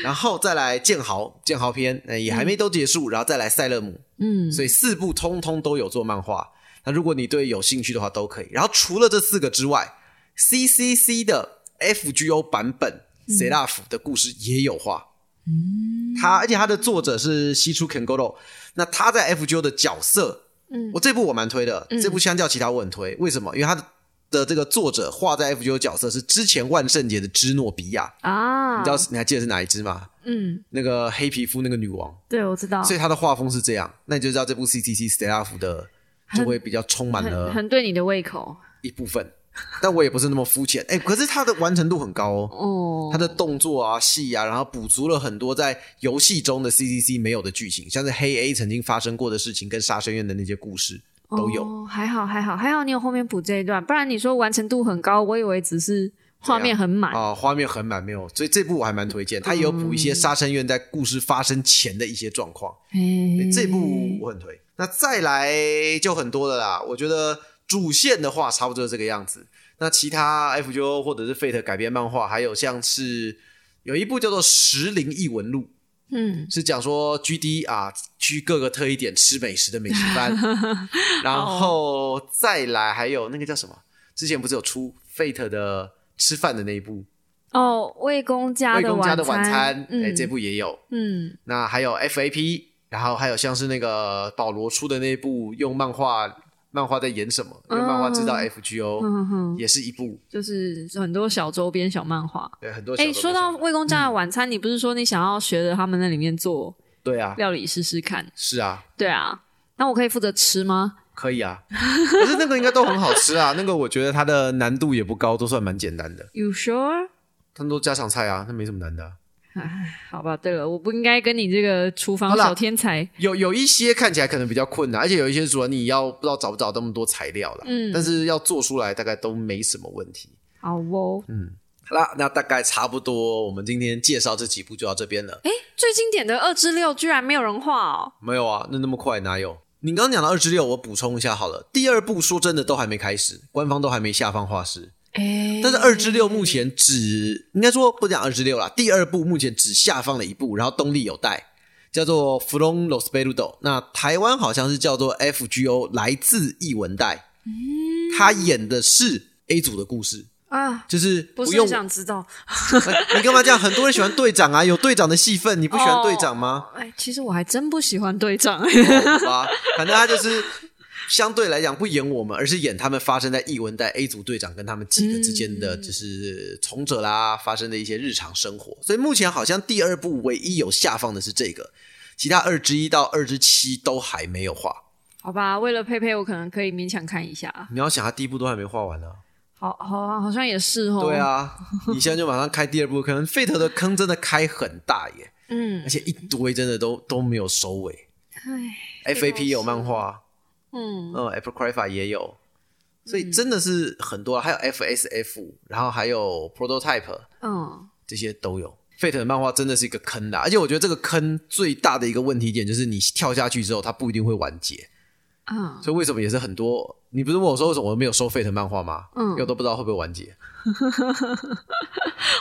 [SPEAKER 1] 然后再来剑豪，剑豪篇呃也还没都结束，然后再来塞勒姆，
[SPEAKER 2] 嗯，
[SPEAKER 1] 所以四部通通都有做漫画。那如果你对有兴趣的话，都可以。然后除了这四个之外，C C C 的 F G O 版本《谁 e 夫的故事也有画，
[SPEAKER 2] 嗯
[SPEAKER 1] 他而且他的作者是西出 Kengoro，那他在 FGO 的角色，
[SPEAKER 2] 嗯
[SPEAKER 1] 我这部我蛮推的，这部相较其他我很推，为什么？因为他的的这个作者画在 FGO 角色是之前万圣节的芝诺比亚，
[SPEAKER 2] 啊，
[SPEAKER 1] 你知道你还记得是哪一只吗？
[SPEAKER 2] 嗯，
[SPEAKER 1] 那个黑皮肤那个女王，
[SPEAKER 2] 对，我知道，
[SPEAKER 1] 所以他的画风是这样，那你就知道这部 CCC staff 的就会比较充满
[SPEAKER 2] 很
[SPEAKER 1] 了
[SPEAKER 2] 很对你的胃口
[SPEAKER 1] 一部分，但我也不是那么肤浅，哎、可是他的完成度很高哦。
[SPEAKER 2] 哦。
[SPEAKER 1] 他的动作啊、戏啊，然后补足了很多在游戏中的 CCC 没有的剧情，像是黑 A 曾经发生过的事情跟杀生院的那些故事都有。
[SPEAKER 2] 哦，还好还好还好，你有后面补这一段，不然你说完成度很高，我以为只是画面很满。
[SPEAKER 1] 啊、画面很满，没有，所以这部我还蛮推荐。他也有补一些杀生院在故事发生前的一些状况，
[SPEAKER 2] 哎
[SPEAKER 1] 对这
[SPEAKER 2] 嗯
[SPEAKER 1] 部我很推。那再来就很多了啦，我觉得主线的话差不多就是这个样子。那其他 F 九或者是 Fate 改编漫画，还有像是有一部叫做《石林异闻录》，
[SPEAKER 2] 嗯，
[SPEAKER 1] 是讲说 GD 啊去各个特一点吃美食的美食班，然后再来还有那个叫什么？之前不是有出 Fate 的吃饭的那一部
[SPEAKER 2] 哦，魏公家
[SPEAKER 1] 魏
[SPEAKER 2] 的
[SPEAKER 1] 公家
[SPEAKER 2] 晚
[SPEAKER 1] 的晚餐，哎、
[SPEAKER 2] 嗯，
[SPEAKER 1] 这部也有。
[SPEAKER 2] 嗯
[SPEAKER 1] 那还有 FAP，然后还有像是那个保罗出的那一部用漫画漫画在演什么，用漫画知道 FGO，、
[SPEAKER 2] 嗯哼，
[SPEAKER 1] 也是一部
[SPEAKER 2] 就是很多小周边小漫画。
[SPEAKER 1] 对很多小
[SPEAKER 2] 哎、
[SPEAKER 1] 朋友
[SPEAKER 2] 说到魏公家的晚餐，你不是说你想要学着他们那里面做
[SPEAKER 1] 对啊，
[SPEAKER 2] 料理试试看？
[SPEAKER 1] 是啊，
[SPEAKER 2] 对啊，那我可以负责吃吗？
[SPEAKER 1] 可以啊，可是那个应该都很好吃啊，那个我觉得它的难度也不高，都算蛮简单的。
[SPEAKER 2] You sure？
[SPEAKER 1] 他们都家常菜啊，那没什么难的啊、
[SPEAKER 2] 哎，好吧，对了，我不应该跟你这个厨
[SPEAKER 1] 好
[SPEAKER 2] 房
[SPEAKER 1] 啦
[SPEAKER 2] 小天才。
[SPEAKER 1] 有有一些看起来可能比较困难，而且有一些主要你要不知道找不找那么多材料啦。
[SPEAKER 2] 嗯
[SPEAKER 1] 但是要做出来大概都没什么问题。
[SPEAKER 2] 好哦，
[SPEAKER 1] 好啦，那大概差不多，我们今天介绍这几部就到这边了。
[SPEAKER 2] 哎，最经典的二至六居然没有人画哦。
[SPEAKER 1] 没有啊，那那么快哪有？你刚刚讲到二十六，我补充一下好了。第二部说真的都还没开始，官方都还没下放画师。
[SPEAKER 2] 哎，
[SPEAKER 1] 但是二至六目前只应该说不讲二至六啦，第二部目前只下放了一部，然后东立有带，叫做《From Los b e l u d o 那台湾好像是叫做 FGO，来自译文带。
[SPEAKER 2] 嗯
[SPEAKER 1] 他演的是 A 组的故事，
[SPEAKER 2] 啊，
[SPEAKER 1] 就是
[SPEAKER 2] 不
[SPEAKER 1] 不
[SPEAKER 2] 是很
[SPEAKER 1] 用
[SPEAKER 2] 想知道。
[SPEAKER 1] 你干嘛这样？很多人喜欢队长啊，有队长的戏份，你不喜欢队长吗？
[SPEAKER 2] 哎，其实我还真不喜欢队长。
[SPEAKER 1] 好吧，反正他就是相对来讲不演我们，而是演他们发生在译文带 A 组队长跟他们几个之间的，就是从者啦发生的一些日常生活。所以目前好像第二部唯一有下放的是这个，其他二之一到二之七都还没有画。
[SPEAKER 2] 好吧，为了佩佩，我可能可以勉强看一下。
[SPEAKER 1] 你要想，他第一部都还没画完呢、
[SPEAKER 2] 好好啊，好像也是哦。
[SPEAKER 1] 对，啊，你现在就马上开第二部，可能 Fate 的坑真的开很大耶，
[SPEAKER 2] 嗯
[SPEAKER 1] 而且一堆真的都都没有收尾。
[SPEAKER 2] 唉，
[SPEAKER 1] FAP 有漫画，
[SPEAKER 2] 嗯，
[SPEAKER 1] 嗯 a p p l e c r y p h a 也有，所以真的是很多啊，还有 FSF，然后还有 Prototype
[SPEAKER 2] 嗯，
[SPEAKER 1] 这些都有。Fate 的漫画真的是一个坑啦，而且我觉得这个坑最大的一个问题点就是你跳下去之后，它不一定会完结。
[SPEAKER 2] 啊，
[SPEAKER 1] 所以为什么也是很多？你不是问我说为什么我没有收 Fate 漫画吗？
[SPEAKER 2] 嗯
[SPEAKER 1] 因为我都不知道会不会完结。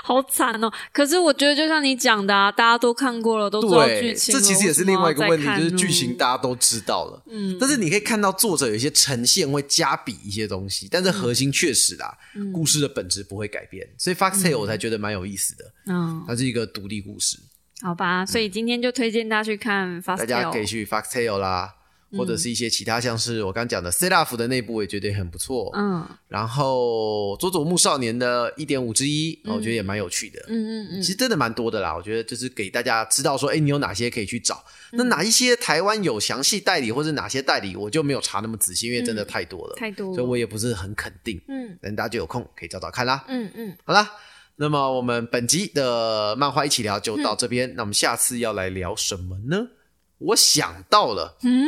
[SPEAKER 2] 好惨哦！可是我觉得，就像你讲的、啊，大家都看过了，都知道剧
[SPEAKER 1] 对，
[SPEAKER 2] 情
[SPEAKER 1] 这
[SPEAKER 2] 了
[SPEAKER 1] 其实也是另外一个问题，就是剧。
[SPEAKER 2] 为什么要再看嗯
[SPEAKER 1] 情
[SPEAKER 2] 呢
[SPEAKER 1] 大家都知道了，嗯，但是你可以看到作者有一些呈现会加比一些东西，但是核心确实啦，故事的本质不会改变，所以 Fox Tail 我才觉得蛮有意思的，
[SPEAKER 2] 嗯，
[SPEAKER 1] 它是一个独立故事，
[SPEAKER 2] 好吧，所以今天就推荐大家去看《Fast
[SPEAKER 1] 大
[SPEAKER 2] Tail
[SPEAKER 1] 家可以去 Fox Tail 啦，或者是一些其他像是我刚讲的 Set Up 的那部，我也觉得也很不错，
[SPEAKER 2] 嗯
[SPEAKER 1] 然后佐佐木少年的一点五之一，我觉得也蛮有趣的，
[SPEAKER 2] 嗯嗯嗯，
[SPEAKER 1] 其实真的蛮多的啦，我觉得就是给大家知道说，哎、你有哪些可以去找，那
[SPEAKER 2] 嗯
[SPEAKER 1] 哪一些台湾有详细代理或者哪些代理，我就没有查那么仔细，因为真的太多了，
[SPEAKER 2] 嗯太多
[SPEAKER 1] 所以
[SPEAKER 2] 了。
[SPEAKER 1] 我也不是很肯定。
[SPEAKER 2] 嗯
[SPEAKER 1] 但大家就有空可以找找看啦。
[SPEAKER 2] 嗯嗯，
[SPEAKER 1] 好啦，那么我们本集的漫画一起聊就到这边，那我们下次要来聊什么呢？我想到了，嗯，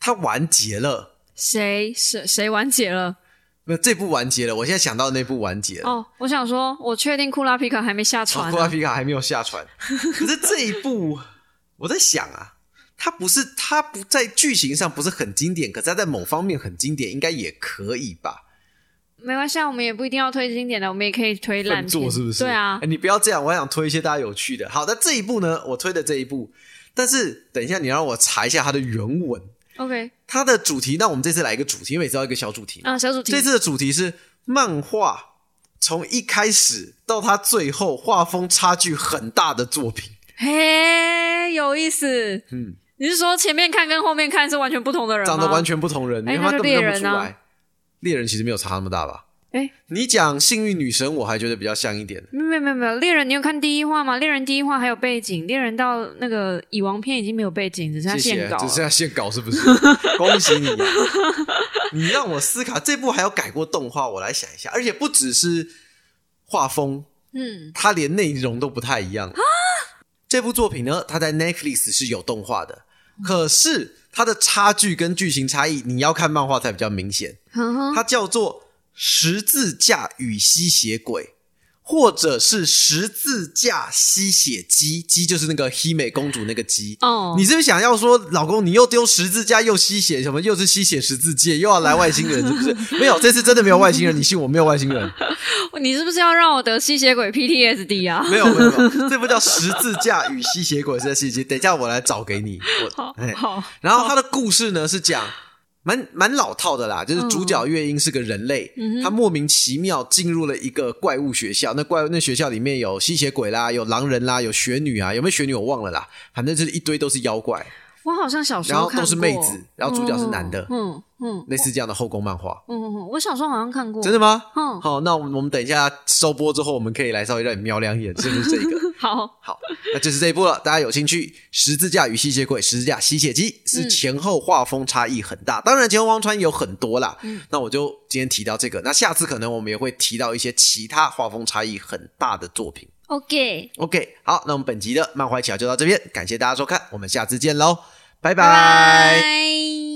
[SPEAKER 1] 它完结了，
[SPEAKER 2] 谁谁谁完结了？
[SPEAKER 1] 那这部完结了，我现在想到那部完结了。
[SPEAKER 2] 哦，我想说，我确定库拉皮卡还没下
[SPEAKER 1] 哦
[SPEAKER 2] 船、
[SPEAKER 1] 库拉
[SPEAKER 2] 啊。
[SPEAKER 1] 皮卡还没有下 船，可是这一部我在想啊，它不是它不在剧情上不是很经典，可是它在某方面很经典，应该也可以吧？
[SPEAKER 2] 没关系，啊，我们也不一定要推经典的，我们也可以推烂
[SPEAKER 1] 笨
[SPEAKER 2] 片，
[SPEAKER 1] 做是不是？
[SPEAKER 2] 对啊
[SPEAKER 1] 哎，你不要这样，我还想推一些大家有趣的。好，那这一部呢，我推的这一部，但是等一下你让我查一下它的原文，
[SPEAKER 2] ，OK，
[SPEAKER 1] 它的
[SPEAKER 2] 嗯
[SPEAKER 1] 主题。那我们这次来一个主题，因为每次要一个小主题嘛。
[SPEAKER 2] 啊，小主题
[SPEAKER 1] 这次的主题是漫画从一开始到他最后画风差距很大的作品。
[SPEAKER 2] 嘿，有意思。
[SPEAKER 1] 嗯，
[SPEAKER 2] 你是说前面看跟后面看是完全不同的人吗？
[SPEAKER 1] 长得完全不同人，
[SPEAKER 2] 哎
[SPEAKER 1] 因为他根
[SPEAKER 2] 那就
[SPEAKER 1] 本认不
[SPEAKER 2] 猎
[SPEAKER 1] 出
[SPEAKER 2] 人啊
[SPEAKER 1] 来。猎人其实没有差那么大吧？
[SPEAKER 2] 哎
[SPEAKER 1] 你讲幸运女神，我还觉得比较像一点。
[SPEAKER 2] 没有没有没有，猎人你有看第一话吗？猎人第一话还有背景，猎人到那个蚁王篇已经没有背景，只剩下
[SPEAKER 1] 谢谢
[SPEAKER 2] 线，稿啊
[SPEAKER 1] 只
[SPEAKER 2] 了。
[SPEAKER 1] 剩下线稿是不 是？恭喜你、啊！你让我思考，这部还有改过动画，我来想一下。而且不只是画风，
[SPEAKER 2] 嗯，
[SPEAKER 1] 它连内容都不太一
[SPEAKER 2] 啊
[SPEAKER 1] 样。这部作品呢，它在 Netflix 是有动画的，可是它的差距跟剧情差异，你要看漫画才比较明显。
[SPEAKER 2] 哼哼，
[SPEAKER 1] 它叫做《十字架与吸血鬼》，或者是《十字架吸血姬》，姬就是那个希美公主那个姬。
[SPEAKER 2] 哦，
[SPEAKER 1] 你是不是想要说，老公，你又丢十字架，又吸血，什么又是吸血十字戒，又要来外星人，是 不是？没有，这次真的没有外星人，你信我，没有外星人，
[SPEAKER 2] 你是不是要让我得吸血鬼 PTSD 啊？
[SPEAKER 1] 没有，没有，没有这部叫《十字架与吸血鬼》这吸血，等一下我来找给你。我
[SPEAKER 2] 好
[SPEAKER 1] 哎，
[SPEAKER 2] 好，
[SPEAKER 1] 然后他的故事呢是讲蛮蛮老套的啦，就是主角月英是个人类，他莫名其妙进入了一个怪物学校，那怪物那学校里面有吸血鬼啦，有狼人啦，有雪女啊，有没有雪女我忘了啦，反正就是一堆都是妖怪，
[SPEAKER 2] 我好像小时
[SPEAKER 1] 然
[SPEAKER 2] 候
[SPEAKER 1] 后
[SPEAKER 2] 看过，
[SPEAKER 1] 都是妹子，然后主角是男的，
[SPEAKER 2] 嗯嗯
[SPEAKER 1] 类似这样的后宫漫画。
[SPEAKER 2] 嗯嗯，我小时候好像看过，
[SPEAKER 1] 真的吗？
[SPEAKER 2] 嗯
[SPEAKER 1] 好，那我们我们等一下收播之后，我们可以来稍微让你瞄两眼，是不是这一个？
[SPEAKER 2] 好，
[SPEAKER 1] 好，那就是这一部了。大家有兴趣，《十字架与吸血鬼》《十字架吸血姬》是前后画风差异很大，当然前后荒川有很多啦。那我就今天提到这个，那下次可能我们也会提到一些其他画风差异很大的作品。
[SPEAKER 2] OK，
[SPEAKER 1] OK，好，那我们本集的漫画一起聊就到这边，感谢大家收看，我们下次见喽，拜
[SPEAKER 2] 拜
[SPEAKER 1] 拜
[SPEAKER 2] 拜。